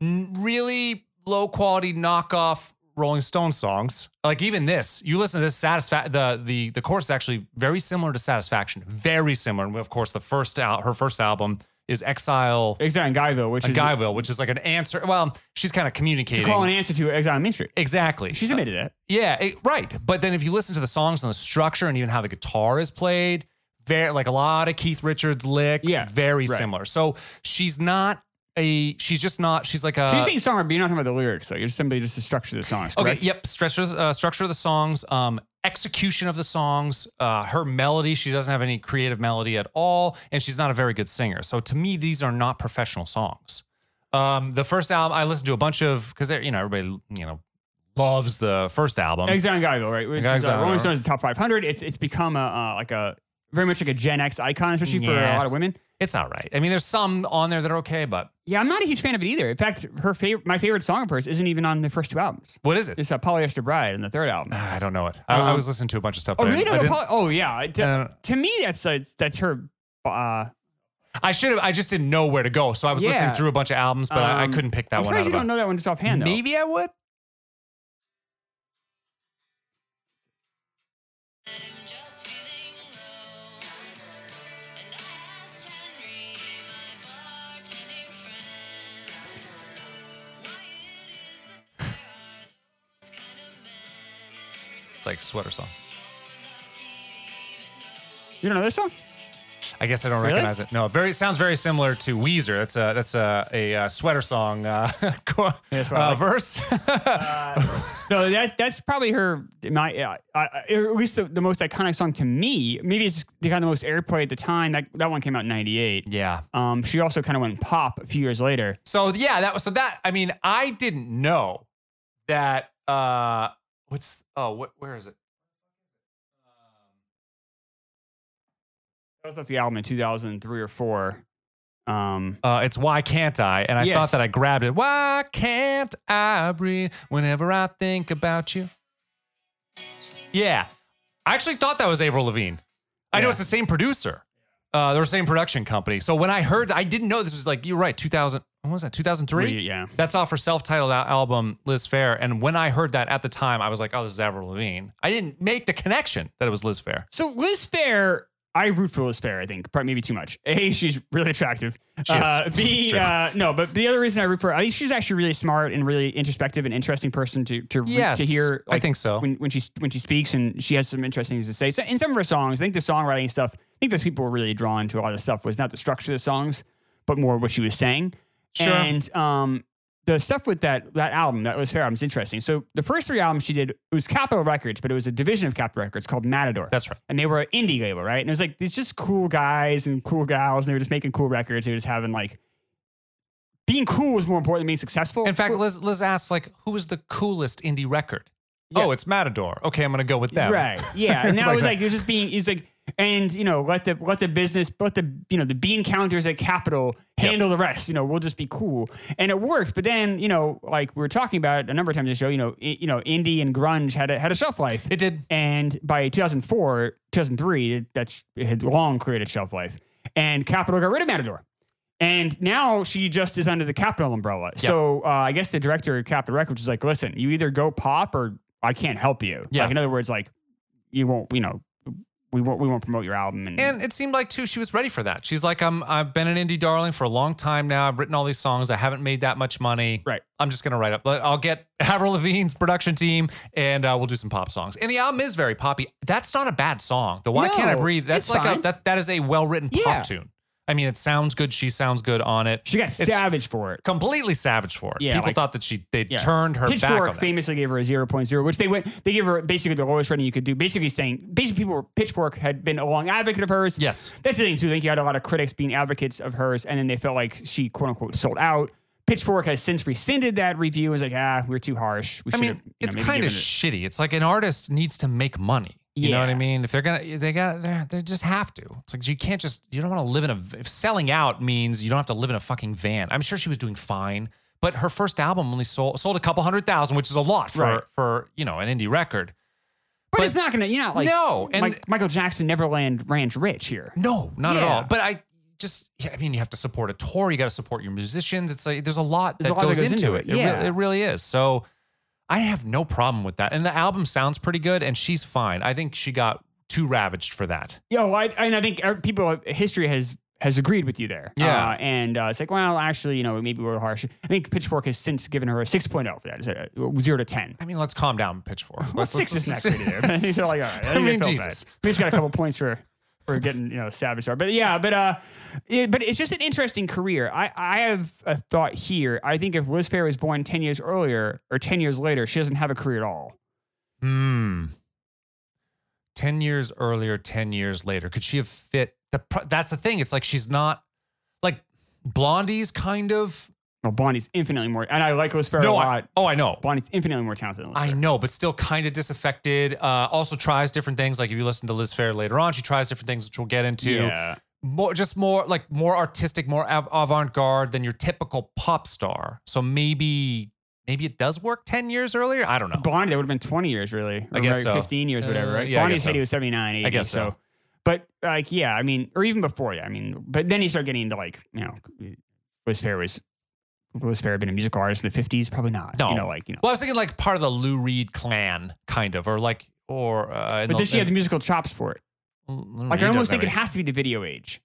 n- really low quality knockoff Rolling Stone songs. Like even this, you listen to this satisfa- the the the chorus is actually very similar to Satisfaction, very similar. And of course, the first out her first album is Exile Exile in Guyville, which and is Guyville, which is like an answer. Well, she's kind of to communicating. call an answer to Exile on Main Street. Exactly. She's admitted that. Yeah, it, right. But then if you listen to the songs and the structure and even how the guitar is played, very like a lot of Keith Richards licks, Yeah, very right. similar. So she's not a she's just not she's like a She's saying song, but you're not talking about the lyrics. Like it's simply just the structure of the songs. uh, okay, Correct? yep, structure uh, structure of the songs, um execution of the songs, uh her melody, she doesn't have any creative melody at all and she's not a very good singer. So to me these are not professional songs. Um the first album I listened to a bunch of cuz you know everybody, you know, loves the first album. Exile in Guyville, right? Which is, Exile uh, in Rolling Guyville. Stones is the top 500. It's it's become a uh, like a very much like a Gen X icon, especially for Yeah. a lot of women. It's all right. I mean, there's some on there that are okay, but Yeah, I'm not a huge fan of it either. In fact, her favorite, my favorite song of hers, isn't even on the first two albums. what is it? It's a Polyester Bride in the third album. Ah, I don't know it. I, I Um, was listening to a bunch of stuff. Oh, but I- really? I, No, no, didn't- Paul- oh, yeah. To, Uh, to me, that's uh, that's her. Uh, I should have. I just didn't know where to go, so I was listening Yeah. through a bunch of albums, but I, I um, couldn't pick that I'm one surprised out. you Of don't a- know that one just offhand. Though. Maybe I would. It's like sweater song. you don't know this song. I guess I don't Really? recognize it. No, very sounds very similar to Weezer. That's a that's a, a, uh sweater song uh, [laughs] co- That's what I uh, [laughs] like. verse. No, that that's probably her. My uh, uh, or at least the, the most iconic song to me. Maybe it's the kind of the most airplay at the time. That that one came out in '98. [laughs] yeah. Um, she also kind of went pop a few years later. So yeah, that was so that I mean, I didn't know that uh what's oh what where is it? That was off the album in 2003 or four. Um, Uh it's why can't I? And I thought Yes. that I grabbed it. Why can't I breathe whenever I think about you? Yeah. I actually thought that was Avril Lavigne. I know Yeah. it's the same producer. Uh, they're the same production company. So when I heard I didn't know this was like you're right, 2000 when was that? 2003. Re- yeah. That's off her self-titled al- album Liz Fair. And when I heard that at the time, I was like, "Oh, this is Avril Lavigne." I didn't make the connection that it was Liz Fair. So Liz Fair, I root for Liz Fair. I think probably maybe too much. [laughs] A, she's really attractive. Uh, is. It's B, true. uh, no, but the other reason I root for, her, I think she's actually really smart and really introspective and interesting person to to re- Yes, to hear. I think so. When when she when she speaks and she has some interesting things to say. So in some of her songs, I think the songwriting stuff. I think those people were really drawn to a lot of the stuff was not the structure of the songs, but more what she was saying. Sure. And um, the stuff with that that album, that Liz Fair album, is interesting. So the first three albums she did it was Capitol Records, but it was a division of Capitol Records called Matador That's right. and they were an indie label, right? And it was like these just cool guys and cool gals, and they were just making cool records. They were just having like being cool was more important than being successful. In fact, Well, Liz Liz asked like, "Who was the coolest indie record?" Yeah. Oh, it's Matador. Okay, I'm gonna go with that. right? [laughs] Yeah, and It's that like was a- like it was just being. It was like and you know let the let the business let the you know the bean counters at Capital handle the rest. You know we'll just be cool, and it worked. But then you know like we were talking about a number of times in the show. You know i- you know indie and grunge had a, had a shelf life. It did. And by 2004, 2003, it- that's it had long created shelf life. And Capitol got rid of Matador. And now she just is under the Capitol umbrella. So uh, I guess the director of Capitol Records is like, listen, you either go pop or I can't help you. Yeah. Like, in other words, like, you won't, you know, we won't, we won't promote your album. And, And it seemed like too she was ready for that. She's like, I'm I've been an indie darling for a long time now. I've written all these songs. I haven't made that much money. Right. I'm just gonna write up. But I'll get [laughs] Avril Lavigne's production team, and uh, we'll do some pop songs. And the album is very poppy. That's not a bad song. The Why Can't I No, Breathe? That's it's like fine. a that that is a well written Yeah. pop tune. I mean, it sounds good. She sounds good on it. she got It's savage for it. completely savage for it. Yeah, People like- thought that she they Yeah. turned her back on Pitchfork that. famously gave her a 0.0, which they went, they gave her basically the lowest rating you could do, basically saying, basically, people were, Pitchfork had been a long advocate of hers. Yes. That's the thing too. I think you had a lot of critics being advocates of hers, and then they felt like she "quote unquote" sold out. Pitchfork has since rescinded that review. It's like, ah, we we're too harsh. We I should've, mean, you know, it's maybe kind of given it- shitty. It's like an artist needs to make money. You know what I Yeah. mean? If they're gonna, they got, they they just have to. It's like you can't just. You don't want to live in a. If selling out means you don't have to live in a fucking van. I'm sure she was doing fine, but her first album only sold sold a couple hundred thousand, which is a lot for Right. for you know an indie record. but, it's not gonna. You know, like no, and Mike- Michael Jackson Neverland Ranch Rich here. no, not at Yeah. all. But I just, yeah, I mean, you have to support a tour. You got to support your musicians. It's like there's a lot that, There's a lot that goes, goes into, into it. it. It, Yeah. re- it really is. So I have no problem with that. And the album sounds pretty good, and she's fine. I think she got too ravaged for that. Yo, I and I think uh, people history has has agreed with you there. Yeah. Uh, and uh, it's like, well, actually, you know, maybe we're harsh. I think Pitchfork has since given her a 6.0 for that. It's a, a zero to ten. I mean, let's calm down, Pitchfork. [laughs] Well, Let's- six let's- is not [laughs] great either. [laughs] But he's like, all right, I think mean, felt Jesus. Bad. We just got a couple [laughs] points for for getting you know savage star. But yeah, but uh, it, but it's just an interesting career. I I have a thought here. I think if Liz Fair was born ten years earlier or ten years later, she doesn't have a career at all. Hmm. 10 years earlier, 10 years later. Could she have fit the pro- that's the thing. It's like she's not like Blondie's kind of Well, Bonnie's infinitely more, and I like Liz Fair a No, I, lot. oh, I know. Bonnie's infinitely more talented than Liz I Fair. know, but still kind of disaffected. Uh, also tries different things. Like if you listen to Liz Fair later on, she tries different things, which we'll get into. Yeah. More, just more like more artistic, more av- avant-garde than your typical pop star. So maybe, maybe it does work ten years earlier. I don't know. Blondie, that would have been 20 years, really. I Or guess like so. 15 years, whatever, Uh, right? yeah, I Blondie's guess so. hit, he was 79, 80. guess so. But, like, yeah, I mean, or even before that, I mean, but then you start getting into, like, you know, Liz Fair was, Liz Fair had been a musical artist in the 50s? Probably not. No. You know, like, you know. Well, I was thinking like part of the Lou Reed clan, kind of, or like, or uh, in But the- then she had the musical chops for it. Lou Like, Reed I Mm, does almost that think it right. has to be the video age.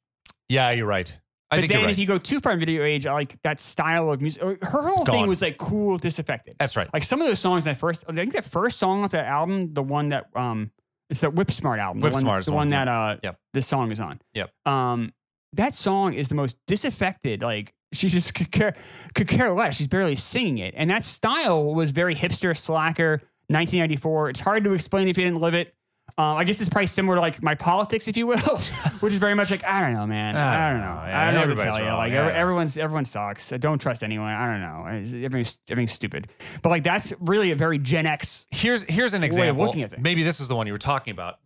Yeah, you're right. I but think then you're right. if you go too far in video age, I like that style of music, her whole Gone. thing was like cool, disaffected. That's right. Like some of those songs that first, I think that first song off that album, the one that um, it's that Whip Smart album, Whip the one, Smart is the the one one, that uh, Yep. this song is on. Yep. Um, that song is the most disaffected. Like she just could care, could care less. She's barely singing it, and that style was very hipster slacker. 1994. It's hard to explain if you didn't live it. Um, I guess it's probably similar to like my politics, if you will, [laughs] which is very much like I don't know, man. I don't know. Yeah, I don't know what to everybody's tell you. wrong. Like Yeah, every- yeah. everyone's everyone sucks. I don't trust anyone. I don't know. It's- Everything's everything's stupid. But like that's really a very Gen X. here's here's an example. looking at things. Maybe this is the one you were talking about.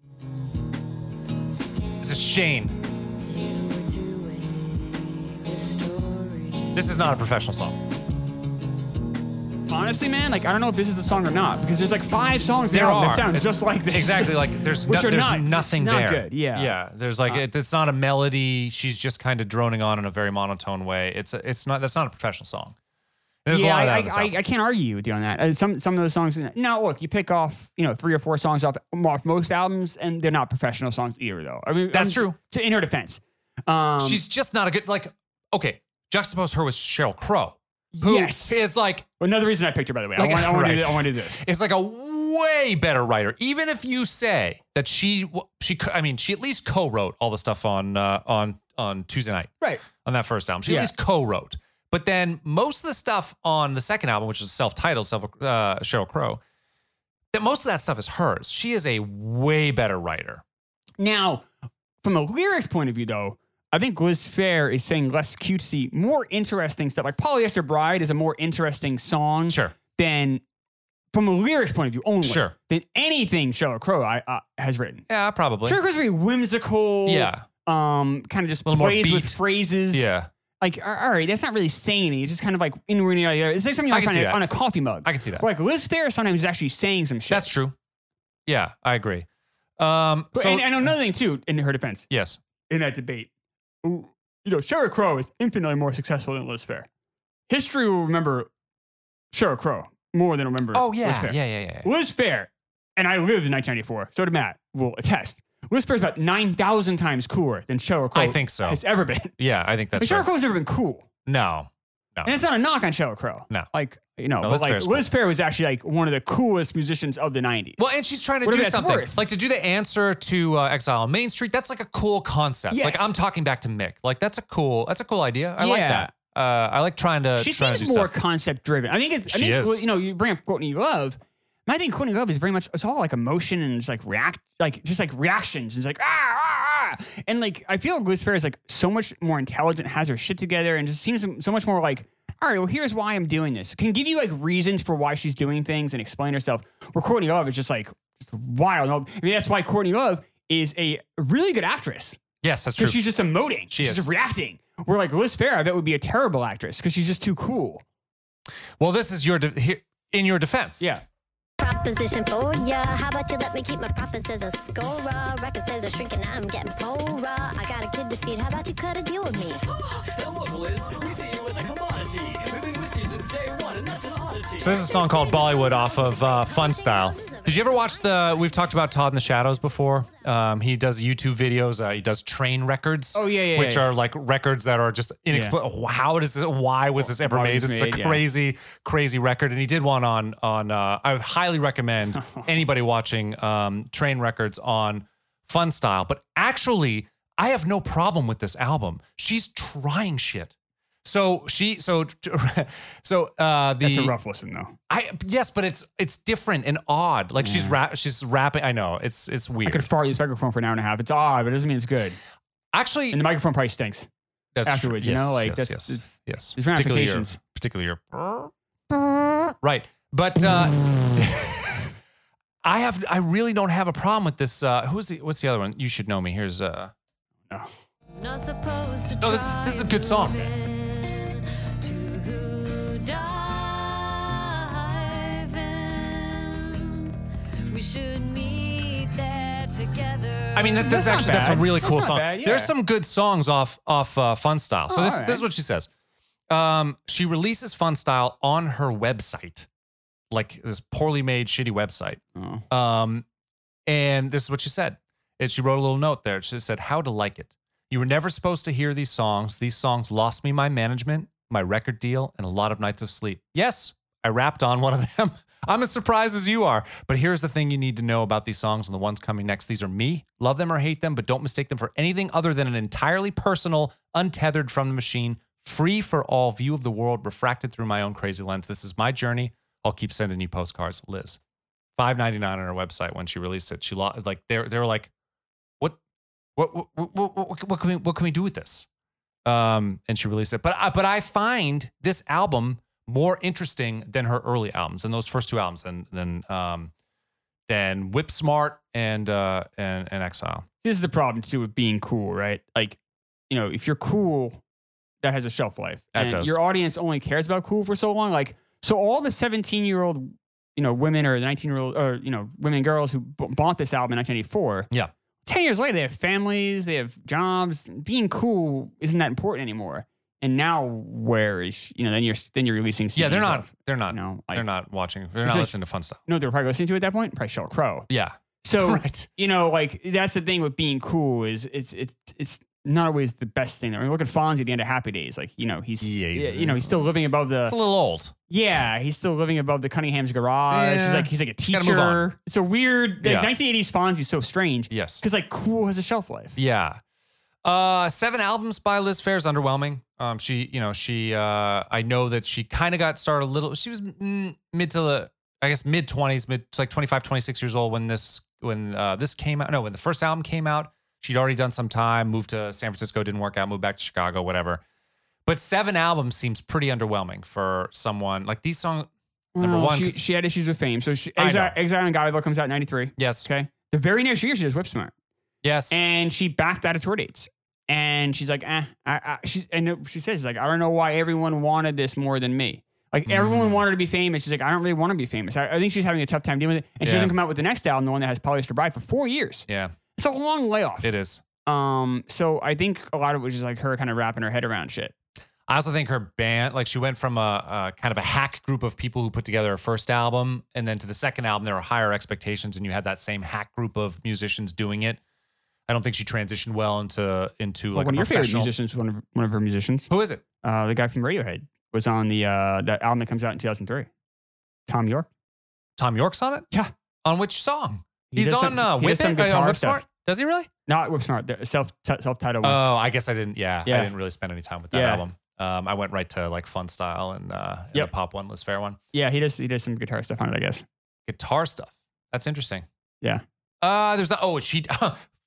This is Shane. This is not a professional song. Honestly, man, like I don't know if this is the song or not because there's like five songs There now are. that sound It's just like this. Exactly. Like [laughs] there's Which no- are there's not- nothing not there. good, yeah. Yeah. There's like it, it's not a melody. She's just kind of droning on in a very monotone way. It's it's not that's not a professional song. There's yeah, a lot I, of that. I, I, I can't argue with you on that. Uh, some some of those songs. No, look, you pick off you know three or four songs off, off most albums, and they're not professional songs either, though. I mean, That's I'm- true. To in her defense, um, she's just not a good like. Okay, juxtapose her with Cheryl Crow, who Yes. is like another reason I picked her. By the way, Like, I want I want [laughs] to right. do, I want to do this. is like a way better writer. Even if you say that she w- she co- I mean she at least co-wrote all the stuff on uh, on on Tuesday night Right. on that first album. She Yeah. at least co-wrote. But then most of the stuff on the second album, which is self-titled, self uh, Cheryl Crow, that most of that stuff is hers. She is a way better writer. Now, from a lyrics point of view, though, I think Liz Fair is saying less cutesy, more interesting stuff. Like Polyester Bride is a more interesting song Sure, than, from a lyrics point of view only, Sure. than anything Sheryl Crow I, uh, has written. yeah, probably. Sheryl Crow's very whimsical. Yeah, Um, kind of just Little more plays with beat. phrases. yeah, Like, a- all right, that's not really saying anything. It's just kind of like in one ear, out the other. It's like something you I might can find see on a- that. on a coffee mug. I can see that. like Liz Fair sometimes is actually saying some shit. That's true. Yeah, I agree. Um, But- so and, and another thing too, in her defense, yes, in that debate. You know, Sheryl Crow is infinitely more successful than Liz Fair. History will remember Sheryl Crow more than remember. Liz Fair. Oh, yeah, yeah, yeah. Liz Fair, and I lived in 1994, so did Matt. Will attest. Liz Fair's about 9,000 times cooler than Sheryl Crow. I think so. Has ever been. Yeah, I think But that's Sheryl right. Crow's never been cool, No, no, and it's not a knock on Sheryl Crow. no. Like you know, No, but Liz like Fair's Liz Fair was actually like one of the coolest musicians of the 90s. Well, and she's trying to Whatever do that's something worth. like to do the answer to uh, Exile on Main Street. That's like a cool concept. Yes. Like I'm talking back to Mick. Like that's a cool. That's a cool idea. I like Yeah. that. Uh, I like trying to. she uh, trying seems to do more Stuff. concept driven. I think it's. I She think, is. Well, you know, you bring up Courtney Love. and I think Courtney Love is very much. It's all like emotion and it's like react, like just like reactions. It's like ah, ah, ah. and like I feel Liz Fair is like so much more intelligent, has her shit together, and just seems so much more like. All right, well, here's why I'm doing this. Can give you like reasons for why she's doing things and explain herself. Where Courtney Love is just like just wild. I mean, that's why Courtney Love is a really good actress Yes, that's true. because she's just emoting. She she's is. just reacting. Where like Liz Fair, I bet would be a terrible actress because she's just too cool. well, this is your de- here, in your defense. Yeah. proposition for ya. How about you let me keep my profits as a scorer? Record says are shrinking, I'm getting poorer. I got a kid to feed. How about you cut a deal with me? And look, Liz, we see you as a commodity. We've been with you since day one, and that's an oddity. So this is a song called Bollywood off of uh, Fun Style. Did you ever watch the? We've talked about Todd in the Shadows before. Um, he does YouTube videos. Uh, he does train records. Oh, yeah, yeah, Which yeah. are like records that are just inexplicable. How does this? Why was this ever Why was made? this This is a made, yeah. crazy, crazy record. And he did one on on. Uh, I would highly [laughs] recommend Oh. anybody watching um, train records on Fun Style. But actually, I have no problem with this album. She's trying shit. So she so [laughs] so uh the That's a rough listen though. I yes, but it's it's different and odd. Like she's rap, she's rapping. I know it's it's I weird. could fart this microphone for an hour and a half. It's odd, but it doesn't mean it's good. Actually, And the microphone probably stinks. that's true. afterwards, you Yes, know, like, yes, that's- yes, it's- yes. there's Particularly your- ramifications. Particularly your, right, but uh, [laughs] I have I really don't have a problem with this. Uh, who's the what's the other one? You should know me. Here's uh Not supposed to no. This is this is a good song. to dive in. We should meet there together. I mean, that, this That's not is actually that's a bad. really That's cool not song. bad, yeah. There's some good songs off off uh, Fun Style. So Oh, this all right. this is what she says. Um, she releases Fun Style on her website, like this poorly made, shitty website. Oh. Um, and this is what she said. And she wrote a little note there. She said, "How to like it? You were never supposed to hear these songs. These songs lost me my management, my record deal, and a lot of nights of sleep. Yes, I rapped on one of them." [laughs] I'm as surprised as you are. But here's the thing you need to know about these songs and the ones coming next. These are me. Love them or hate them, but don't mistake them for anything other than an entirely personal, untethered from the machine, free for all view of the world, refracted through my own crazy lens. This is my journey. I'll keep sending you postcards, Liz. Five ninety nine on her website when she released it. She lost like they they were like, what, what what what what, what can we what can we do with this? um, and she released it. But I, but I find this album more interesting than her early albums and those first two albums than than um, than Whip Smart and uh, and and Exile. This is the problem too with being cool, right? Like, you know, if you're cool, that has a shelf life. That And does. Your audience only cares about cool for so long. Like, So all the 17 year old, you know, women or the 19 year old or you know, women and girls who b- bought this album in 1984. Yeah. 10 years later, they have families, they have jobs. Being cool isn't that important anymore. And now, where is you know? Then you're then you're releasing. CDs Yeah, they're not. of, They're not. you know, like, they're not watching. They're It's not like- listening to fun stuff. No, they're probably listening to it at that point. Probably Sheryl Crow. Yeah. So [laughs] right. you know, like that's the thing with being cool is it's it's it's not always the best thing. I mean, look at Fonzie at the end of Happy Days. Like you know, he's Yeah, he's- you know he's still living above the It's a little old. yeah he's still living above the Cunningham's garage. Yeah. He's like he's like a Gotta move on. teacher. It's a weird Yeah. like, 1980s Fonzie's so strange Yes. because like cool has a shelf life. Yeah. Uh, seven albums by Liz Fair is underwhelming. Um, she, you know, she, uh, I know that she kind of got started a little, she was mm, mid to the, I guess mid twenties, mid like 25, 26 years old when this, when, uh, this came out. No, when the first album came out, she'd already done some time, moved to San Francisco, didn't work out, moved back to Chicago, whatever. But seven albums seems pretty underwhelming for someone like these songs. Number Well, one, Mm, she, 'cause- she had issues with fame. So she, I Exile, know. Exile and Godville comes out in '93. Yes. Okay, the very next year she does Whip Smart. Yes. and she backed out of tour dates. And she's like, eh, I, I, she's, and she says, she's like, I don't know why everyone wanted this more than me. Like Mm. everyone wanted her to be famous. She's like, I don't really want to be famous. I, I think she's having a tough time dealing with it. And she Yeah. doesn't come out with the next album, the one that has Polyester Bride, for four years. yeah, It's a long layoff. it is. Um, so I think a lot of it was just like her kind of wrapping her head around shit. I also think her band, like she went from a, a kind of a hack group of people who put together her first album, and then to the second album, there were higher expectations, and you had that same hack group of musicians doing it. I don't think she transitioned well into into like one a of your favorite professional. musicians, one of one of her musicians, Who is it? uh, the guy from Radiohead, was on the uh, that album that comes out in 2003. Tom York. Tom York's on it. Yeah. On which song? He He's does on some- uh, he does Whip some It. uh, guitar on Whip stuff. Smart. Does he really? Not Whip Smart, the self self titled Oh, one. I guess I didn't. Yeah, Yeah. I didn't really spend any time with that Yeah. album. Um, I went right to like fun style and, uh, and Yep. the pop one, Liz Fair one. Yeah, he does. He does some guitar stuff on it, I guess. guitar stuff. That's interesting. Yeah. Uh, there's not. Oh, she. [laughs]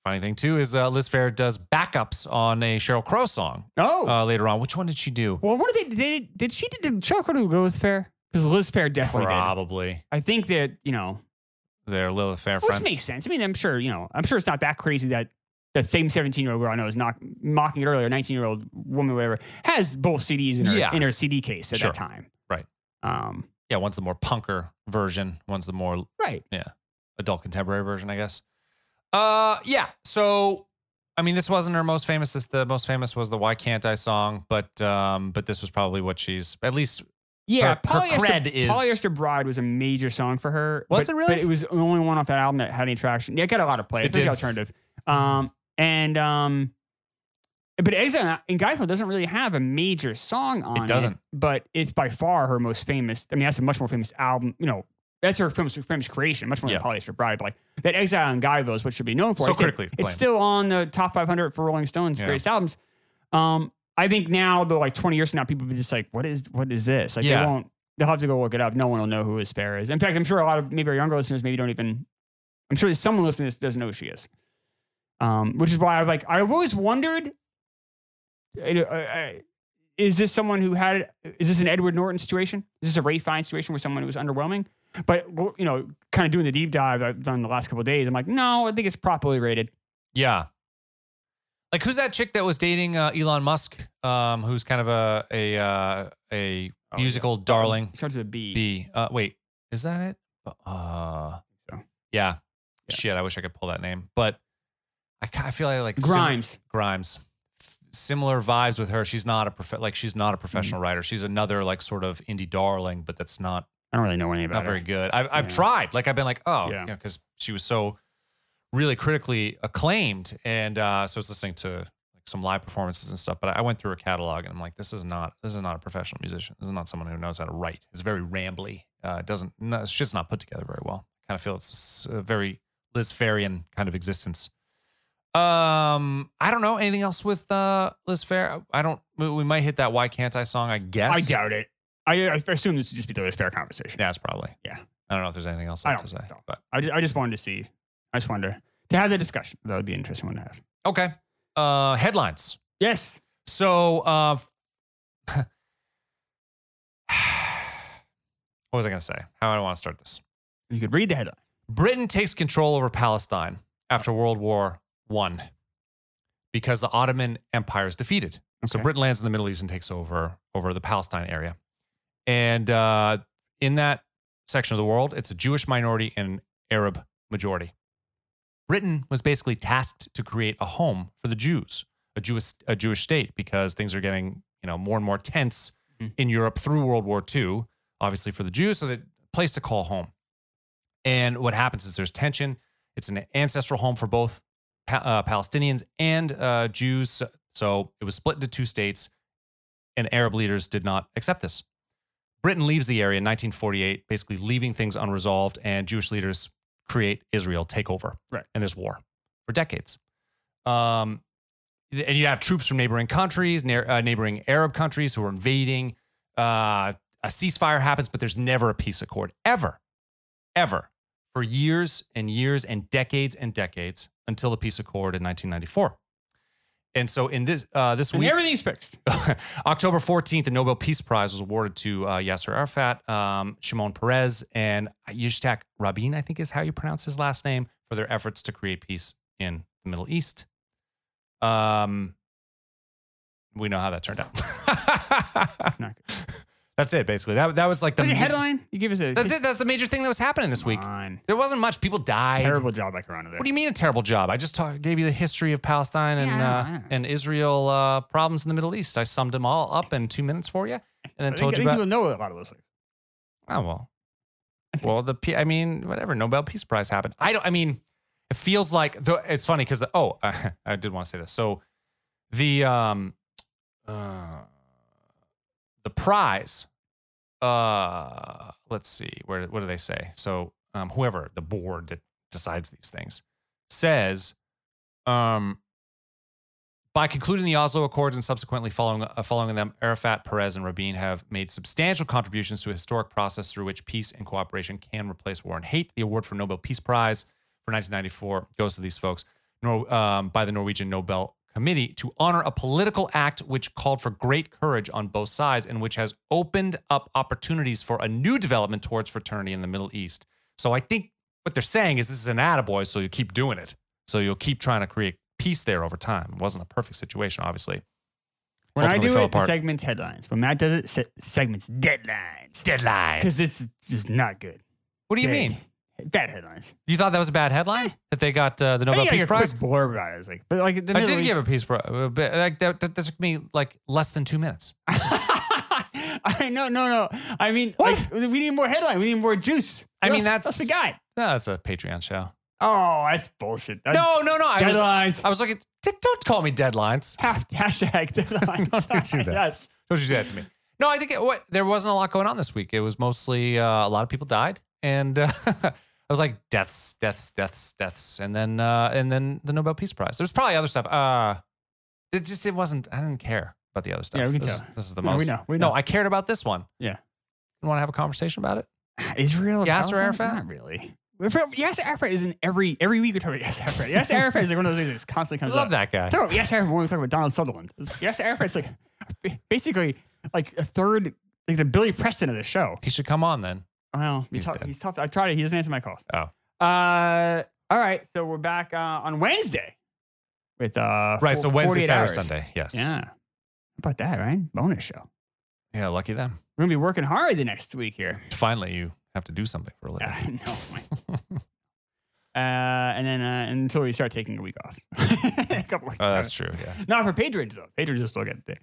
funny thing too is uh, Liz Fair does backups on a Cheryl Crow song Oh, uh, later on. Which one did she do? well, what did they? they did she did Choco do Liz Fair? Because Liz Fair definitely did. Probably I think that you know, they're Lilith Fair which friends. makes sense. I mean, I'm sure you know. I'm sure it's not that crazy that that same 17 year old girl I know is not mocking it earlier, 19 year old woman, whatever, has both CDs in her Yeah. in her CD case at Sure. that time. Right. Um. yeah, one's the more punker version. One's the more Right. adult contemporary version, I guess. Uh, yeah. So, I mean, this wasn't her most famous. This the most famous was the "Why Can't I" song, but um, but this was probably what she's at least. Yeah. Her- her cred is- Polyester Bride was a major song for her. Was but- it really? But it was the only one off that album that had any traction. Yeah, it got a lot of play. It It's like did. alternative. Um, and um, but Exile and Geico doesn't really have a major song on it. doesn't. But it's by far her most famous. I mean, that's a much more famous album. You know, that's her famous, famous creation, much more Yeah. than Polyester Bride. But like that Exile and Geico is what should be known for. So It's- critically it's acclaimed. still on the top 500 for Rolling Stone's Yeah. greatest albums. Um, I think now though, like 20 years from now, people will be just like, what is what is this? Like Yeah. they won't they'll have to go look it up. No one will know who Aspera is. In fact, I'm sure a lot of maybe our younger listeners maybe don't even I'm sure there's someone listening to this doesn't know who she is. Um, which is why I like I've always wondered I- I- I- is this someone who had is this an Edward Norton situation? Is this a Ray Fine situation where someone who was underwhelming? But you know, kind of doing the deep dive I've done the last couple of days, I'm like, no, I think it's properly rated. Yeah. Like who's that chick that was dating uh, Elon Musk? Um, who's kind of a a uh, a Oh, yeah. E. musical darling. It starts with a B. B. Uh, wait, is that it? Uh, So. yeah. Yeah. Shit, I wish I could pull that name, but I, ca- I feel like like sim- Grimes. Grimes. F- Similar vibes with her. She's not a prof- like she's Mm-hmm. not a professional writer. She's another like sort of indie darling, but that's not I don't really know anything about not very her. good. I've, I've Yeah. tried. Like I've been like, oh, Yeah. you know, because she was so really critically acclaimed, and uh, so I was listening to like some live performances and stuff. But I, I went through her catalog, and I'm like, this is not this is not a professional musician. This is not someone who knows how to write. It's very rambly. Uh, it doesn't no, shit's not put together very well. Kind of feel it's a very Liz Farian kind of existence. Um, I don't know anything else with uh Liz Fair. I don't. We we might hit that "Why Can't I" song. I guess. I doubt it. I, I assume this would just be the last fair conversation. Yeah, it's probably. Yeah. I don't know if there's anything else I left to don't say, think so. but. I, just, I just wanted to see. I just wanted to, to have the discussion. That would be an interesting one to have. Okay. Uh, headlines. Yes. So, uh, [sighs] what was I going to say? How do I want to start this? You could read the headline. Britain takes control over Palestine after World War One because the Ottoman Empire is defeated. So Okay. Britain lands in the Middle East and takes over over the Palestine area. And uh, in that section of the world, it's a Jewish minority and an Arab majority. Britain was basically tasked to create a home for the Jews, a Jewish a Jewish state, because things are getting you know more and more tense Mhm. in Europe through World War II. Obviously, for the Jews, so that place to call home. And what happens is there's tension. It's an ancestral home for both pa- uh, Palestinians and uh, Jews. So it was split into two states, and Arab leaders did not accept this. Britain leaves the area in 1948, basically leaving things unresolved, and Jewish leaders create Israel, take over, Right. and there's war for decades. Um, and you have troops from neighboring countries, near, uh, neighboring Arab countries who are invading. Uh, a ceasefire happens, but there's never a peace accord ever, ever for years and years and decades and decades until the peace accord in 1994. And so in this uh, this And week, everything's fixed. [laughs] October 14th, the Nobel Peace Prize was awarded to uh, Yasser Arafat, um, Shimon Peres, and Yitzhak Rabin, I think is how you pronounce his last name, for their efforts to create peace in the Middle East. Um, we know how that turned out. Not good. [laughs] That's it, basically. That, that was like the That's your headline. Uh, You give us a That's it. That's the major thing that was happening this week. Come on. There wasn't much. People died. Terrible job by Corona there. What do you mean a terrible job? I just talk, gave you the history of Palestine and Yeah, I know, I uh, know. and Israel uh, problems in the Middle East. I summed them all up in two minutes for you, and then I think, told you I think about. people know a lot of those things. Oh well, well the P- I mean whatever Nobel Peace Prize happened. I don't. I mean, it feels like though it's funny because oh [laughs] I did want to say this. So the um uh, the prize uh let's see where what do they say? So um whoever the board that decides these things says um by concluding the Oslo Accords and subsequently following, uh, following them, Arafat, Perez, and Rabin have made substantial contributions to a historic process through which peace and cooperation can replace war and hate. The award for Nobel Peace Prize for 1994 goes to these folks nor, um, by the Norwegian Nobel Committee to honor a political act which called for great courage on both sides and which has opened up opportunities for a new development towards fraternity in the Middle East. So I think what they're saying is this is an attaboy, so you keep doing it. So you'll keep trying to create peace there over time. It wasn't a perfect situation, obviously. When I Ultimately do fell it, the apart. segments headlines. When Matt does it, se- segments deadlines. Deadline. Because this is just not good. What do you Dead- mean? Bad headlines. You thought that was a bad headline that they got uh, the Nobel I Peace gave, like, Prize? A quick blurb about it. I was like, but like the I Middle did give East- a peace prize. uh, but, Like that, that, that took me like less than two minutes. [laughs] I no no no. I mean, like, we need more headline. We need more juice. I mean, That's- that's- that's the guy. No, that's a Patreon show. Oh, that's bullshit. That's No, no, no. I was, [laughs] deadlines. I was like, "D- don't call me deadlines. Ha- hashtag [laughs] deadlines. Don't do that. Yes. Don't you do that to me. No, I think it, what there wasn't a lot going on this week. It was mostly uh, a lot of people died, and [laughs] uh, I was like deaths, deaths, deaths, deaths, and then uh, and then the Nobel Peace Prize. There's probably other stuff. Uh, it just it wasn't. I didn't care about the other stuff. Yeah, we can this, tell. Is, this is the No, we most. know, we No, know. I cared about this one. Yeah. You want to have a conversation about it? Israel. and Yasser Palestine? Arafat? Not really. We're from- Yasser Arafat is in every every week we talk about Yasser [laughs] Arafat. Yasser Arafat is like one of those things that just constantly I comes love up. that guy. Talk about Yasser Arafat when we talk about Donald Sutherland. It's- Yasser Arafat's like [laughs] ba- basically like a third, like the Billy Preston of the show. He should come on then. Well, he's, He's tough. dead. he's tough. I tried it. He doesn't answer my calls. Oh. Uh, all right. So we're back uh, on Wednesday with uh Right. four- So Wednesday, 48 Saturday, hours. Sunday. Yes. Yeah. How about that, right? Bonus show. Yeah. Lucky them. We're gonna be working hard the next week here. Finally, you have to do something for a living. Uh, [laughs] no. [laughs] uh, and then uh, until we start taking a week off, [laughs] a couple weeks. Oh, time. that's true. Yeah. Not for patrons though. Patrons will still get it.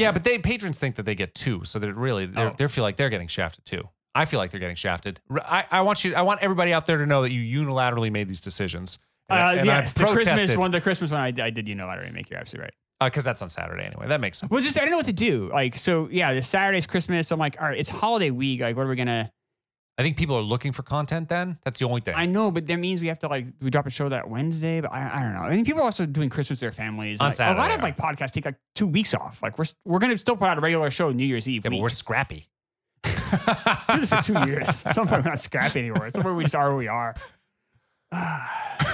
Yeah, but they patrons think that they get two, so they're really they Oh. they feel like they're getting shafted too. I feel like they're getting shafted. R- I, I want you I want everybody out there to know that you unilaterally made these decisions. And I- Uh, and I yes, the Christmas protested, one. The Christmas one, I, I did unilaterally make. You're absolutely right. uh, 'cause that's on Saturday anyway. That makes sense. Well, just I don't know what to do. Like, so yeah, the Saturday's Christmas. I'm like, all right, it's holiday week. Like, what are we gonna? I think people are looking for content. Then that's the only thing. I know, but that means we have to like we drop a show that Wednesday. But I, I don't know. I mean, people are also doing Christmas with their families. On Like, a lot Saturday, of like podcasts take like two weeks off. Like we're we're gonna still put out a regular show New Year's Eve. yeah, but week. [laughs] we're scrappy. Do this for two years. [laughs] Somewhere we're not scrappy anymore. Somewhere we just are where we are. [sighs]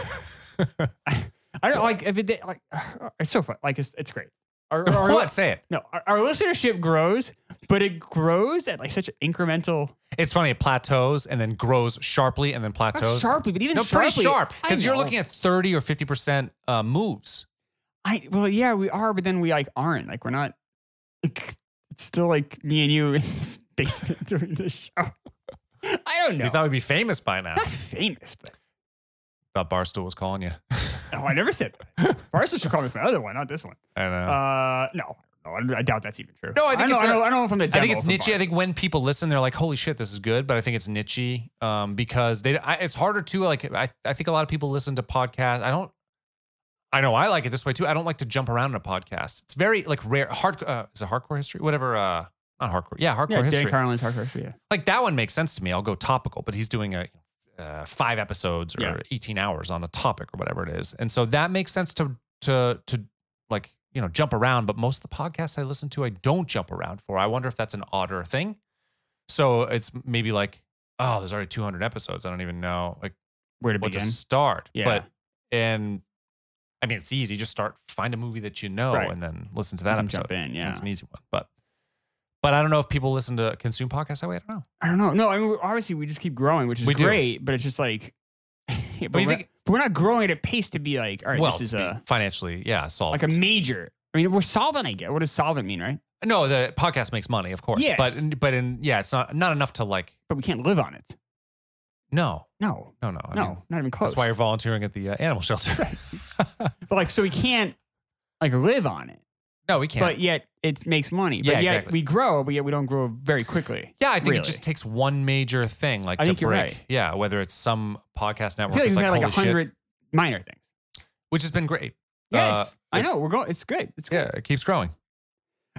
I don't like if it like [sighs] it's so fun. Like it's it's great. Our, our- [laughs] what? Say it. No, our, our listenership grows, but it grows at like such an incremental, It's funny. It plateaus and then grows sharply and then not plateaus. sharply, but even No, sharply, pretty sharp I because you're know. looking at thirty or fifty percent uh, moves. I well, yeah, we are, but then we like aren't. Like we're not. Like, it's still like me and you. It's basement [laughs] during the show. I don't know. You thought we'd be famous by now. not famous, but thought Barstool was calling you. [laughs] no, I never said that. Barstool should call me for my other one, not this one. I know. Uh, no, no, I doubt that's even true. Oh. No, I think don't, it's I a- don't, I don't know if I'm the I think demo it's for niche. I Barstool. think when people listen, they're like, "Holy shit, this is good," but I think it's niche um, because they. I, it's harder to like. I, I think a lot of people listen to podcasts. I don't. I know I like it this way too. I don't like to jump around in a podcast. It's very like rare. Hard uh, is it hardcore history? Whatever. Uh, not hardcore. Yeah, hardcore yeah, history. Dan Carlin's hardcore history. Yeah. like that one makes sense to me. I'll go topical, but he's doing a uh, five episodes or Yeah. 18 hours on a topic or whatever it is. And so that makes sense to to to like, you know, jump around, but most of the podcasts I listen to I don't jump around for. I wonder if that's an odder thing. So it's maybe like, oh, there's already 200 episodes. I don't even know like Where to what to begin? start. Yeah. But and I mean, it's easy. Just start find a movie that you know Right. and then listen to that You can episode. jump in. Yeah. It's an easy one. But but I don't know if people listen to consume podcasts that way. I don't know. I don't know. No, I mean, we're- obviously we just keep growing, which is We do. great, but it's just like, [laughs] Yeah, but, you we're, think- but we're not growing at a pace to be like, all right, well, this is to be a financially, yeah, solvent. like a major. I mean, we're solvent. I get what does solvent mean, right? no, the podcast makes money, of course. Yes. But but in yeah, it's not not enough to like But we can't live on it. no No, no no I no, mean, not even close. that's why you're volunteering at the uh, animal [laughs] shelter. but like, so we can't like live on it, no, we can't. but yet it makes money. Yeah, but yet exactly. we grow, but yet we don't grow very quickly. yeah, I think really. it just takes one major thing like I to think you're break. right. Yeah, whether it's some podcast I network feel like is we've like, had like a "Holy shit," hundred minor things. which has been great. Yes, Uh, I know. We're going. It's good. It's good. Yeah, it keeps growing.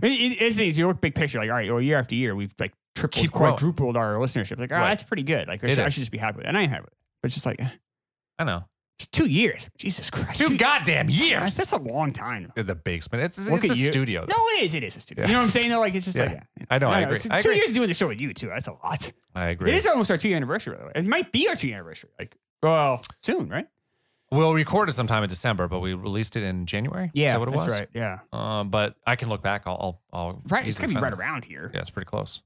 I mean, it, it's the- if you look big picture, like all right, well, year after year, we've like tripled, Keep growing. quadrupled our listenership. Like, all right, Right. that's pretty good. Like, I It should, I is. should just be happy with it. And I am happy with it. But it's just like, eh, I know. it's two years. Jesus Christ. Two goddamn That's, years. that's a long time. In the basement. It's, Look it's a at you. studio. No, Though. it is. It is a studio. Yeah. You know what I'm saying? Though, like, it's just like, Yeah. yeah. I know, I agree. Two, I two agree. years doing the show with you, too. That's a lot. I agree. It is almost our two year anniversary, by the way. It might be our two year anniversary. Like, well, soon, right? We'll record it sometime in December, but we released it in January. Yeah. is that what it that's was? right. Yeah. Um, but I can look back. I'll, I'll, I'll Right. It's easily going to be find right that. around here. Yeah, it's pretty close.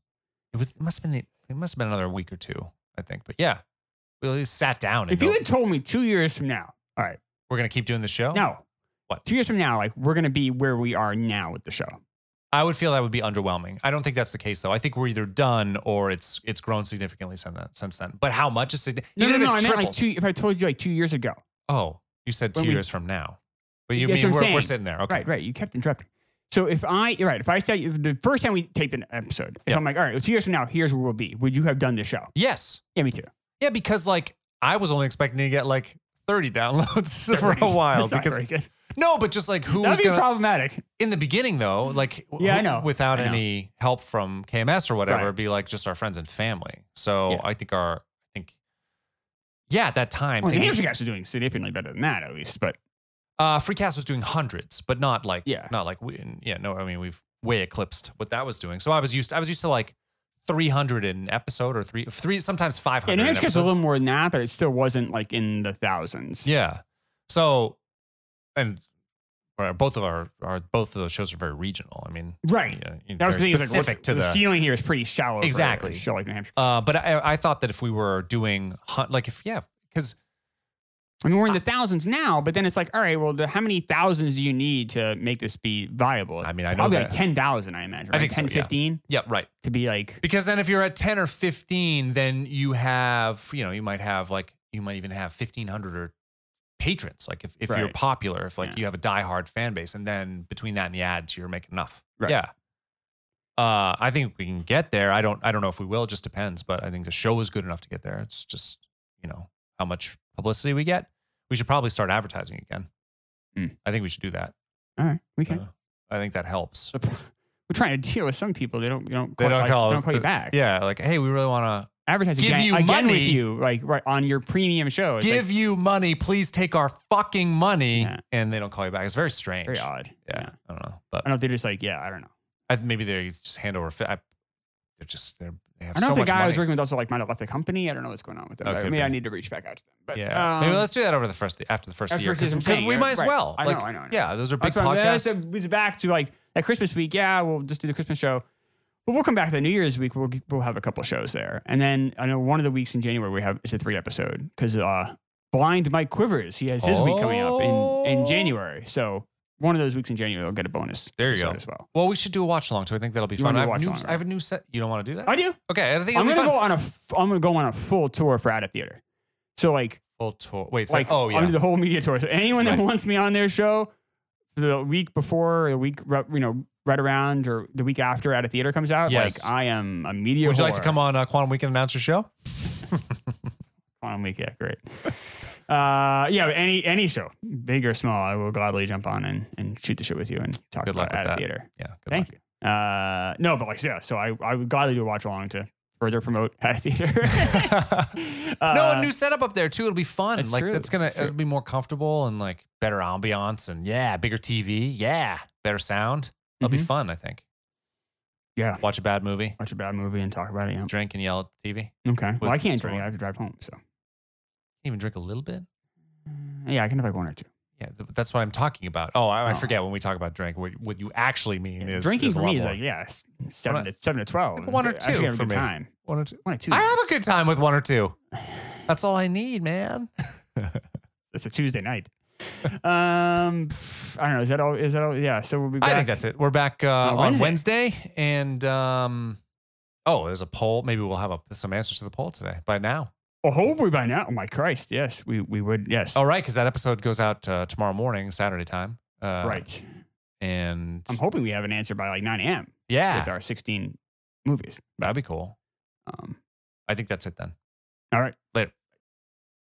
It was. It must have been. The, it must have been another week or two, I think. But yeah, we at least sat down. And If you built- had told me two years from now, all right, we're gonna keep doing the show. no. What? Two years from now, like, we're going to be where we are now with the show. I would feel that would be underwhelming. I don't think that's the case though. I think we're either done or it's it's grown significantly since that, since then. But how much is it? No, no, even no. I if it meant like triples- two. If I told you like two years ago, Oh, you said two when we- years from now. But you That's mean what I'm we're, we're saying. sitting there? Okay. right, right. You kept interrupting. So if I, you're right. If I said if the first time we taped an episode, if Yeah. I'm like, all right, well, two years from now, here's where we'll be. Would you have done this show? Yes. Yeah, me too. Yeah, because like I was only expecting to get like thirty [laughs] downloads [laughs] for a That's while. [laughs] not Because very good. no, but just like who that'd was be gonna [laughs] problematic. in the beginning though, like w- Yeah, I who- know. without I know. any help from KMS or whatever, Right. it'd be like just our friends and family. So Yeah. I think our I think yeah, at that time, Well, the thinking- Hampshire guys are doing significantly better than that, at least. But uh, Freecast was doing hundreds, but not like Yeah. not like we yeah no, I mean we've way eclipsed what that was doing. So I was used I was used to like three hundred an episode or three three sometimes five yeah, hundred. New Hampshire guys are a little more than that, but it still wasn't like in the thousands. Yeah. So, and uh, both of our, our both of those shows are very regional. I mean, Right. yeah, you know, That was the very thing. is, Like, what's- specific to the, the. ceiling here is pretty shallow. for a Exactly. show like New Hampshire. uh, but I, I thought that if we were doing hun- like if yeah, because I mean, we're in the thousands now, but then it's like, all right, well, the, how many thousands do you need to make this be viable? I mean, I know probably that- like 10,000, I imagine. I right? think so, 10, yeah. 15 yeah, right. to be like, Because then if you're at ten or fifteen, then you have you know you might have like you might even have fifteen hundred or patrons. Like if, if you're Right. popular, if like Yeah. you have a diehard fan base, and then between that and the ads, you're making enough. Right. Yeah. Uh, I think we can get there. I don't. I don't know if we will. It just depends. But I think the show is good enough to get there. It's just you know how much publicity we get. We should probably start advertising again. Mm. I think we should do that. all right, we can. Uh, I think that helps. [laughs] we're trying to deal with some people. They don't, you don't, They call, don't like, call they us, don't call you but- back. Yeah, like hey, we really want to Advertise Give again, you again money. with you, like right on your premium show. It's give like, you money. Please take our fucking money. Yeah. And they don't call you back. It's very strange. very odd. Yeah, I don't know. But I don't know if they're just like, yeah, I don't know. I, maybe they just hand over. fi- I, they're just, they're, they have I so don't know if much the guy I was money. working with also like might have left the company. I don't know what's going on with them. Oh, I could mean, I be. need to reach back out to them. But yeah. maybe um, let's do that over the first, after the first After year. first year, I'm Because saying, we you're might as right. well. I know, like, I know, I know. Yeah, those are big That's what I'm- that's- podcasts. It's back to like that Christmas week. Yeah, we'll just do the Christmas show. But we'll come back to the New Year's week. We'll we'll have a couple shows there, and then I know one of the weeks in January we have it's a three episode because uh, Blind Mike Quivers he has his week coming up in in Oh. January. So one of those weeks in January, I'll get a bonus. There you episode go. As well, Well, we should do a watch along, so I think that'll be You fun. I wanna do a have, new, watch-along, I have a new set. You don't want to do that? I do. okay, I think I'm it'll be fun. gonna go on a. F- I'm gonna go on a full tour for Out at Theater. So like, Full tour. Wait, so, like oh I'll yeah, do the whole media tour. So anyone that Right. wants me on their show, the week before, or the week ru- you know right around, or the week after Out at Theater comes out, Yes. like I am a media. Would you like to whore. come on uh, Quantum Weekend announce your show? Quantum Week. Yeah, great. [laughs] Uh, yeah, but any any show, big or small, I will gladly jump on and, and shoot the shit with you and talk Good luck with about at a that. theater. Yeah. Good Thank you. Uh, no, but like yeah, so I, I would gladly do a watch along to further promote [laughs] at [laughs] a theater. luck. uh, no, a new setup up there too. It'll be fun. That's like true. that's gonna That's true. it'll be more comfortable and like better ambiance and yeah, bigger TV. Yeah, better sound. It'll be Mhm. fun. I think. yeah, Watch a bad movie, watch a bad movie and talk about it. Yeah. drink and yell at the TV. Can't Okay. Well, I With can't drink. someone. I have to drive home. So even drink a little bit. yeah, I can have like one or two. Yeah, th- that's what I'm talking about. Oh, I, I Oh. forget when we talk about drink. What, what you actually mean Yeah, is Drinking is a for lot me is more. like yeah, s- seven Why to seven to twelve. Like one or I actually two have a for good me. time. one or two. One or two. I have a good time with one or [sighs] two. That's all I need, man. it's a [laughs] Tuesday night. um, I don't know. Is that all? Is that all? Yeah. So we'll be back. I think that's it. We're back uh, Uh, on Wednesday, and um, oh, there's a poll. Maybe we'll have a, some answers to the poll today by now. Well, hopefully by now. Oh my Christ! Yes, we we would. Yes. All right, because that episode goes out uh, tomorrow morning, Saturday time. Uh, right. and I'm hoping we have an answer by like 9 a.m. with yeah, our 16 movies. that'd be cool. Um, I think that's it then. all right. Later.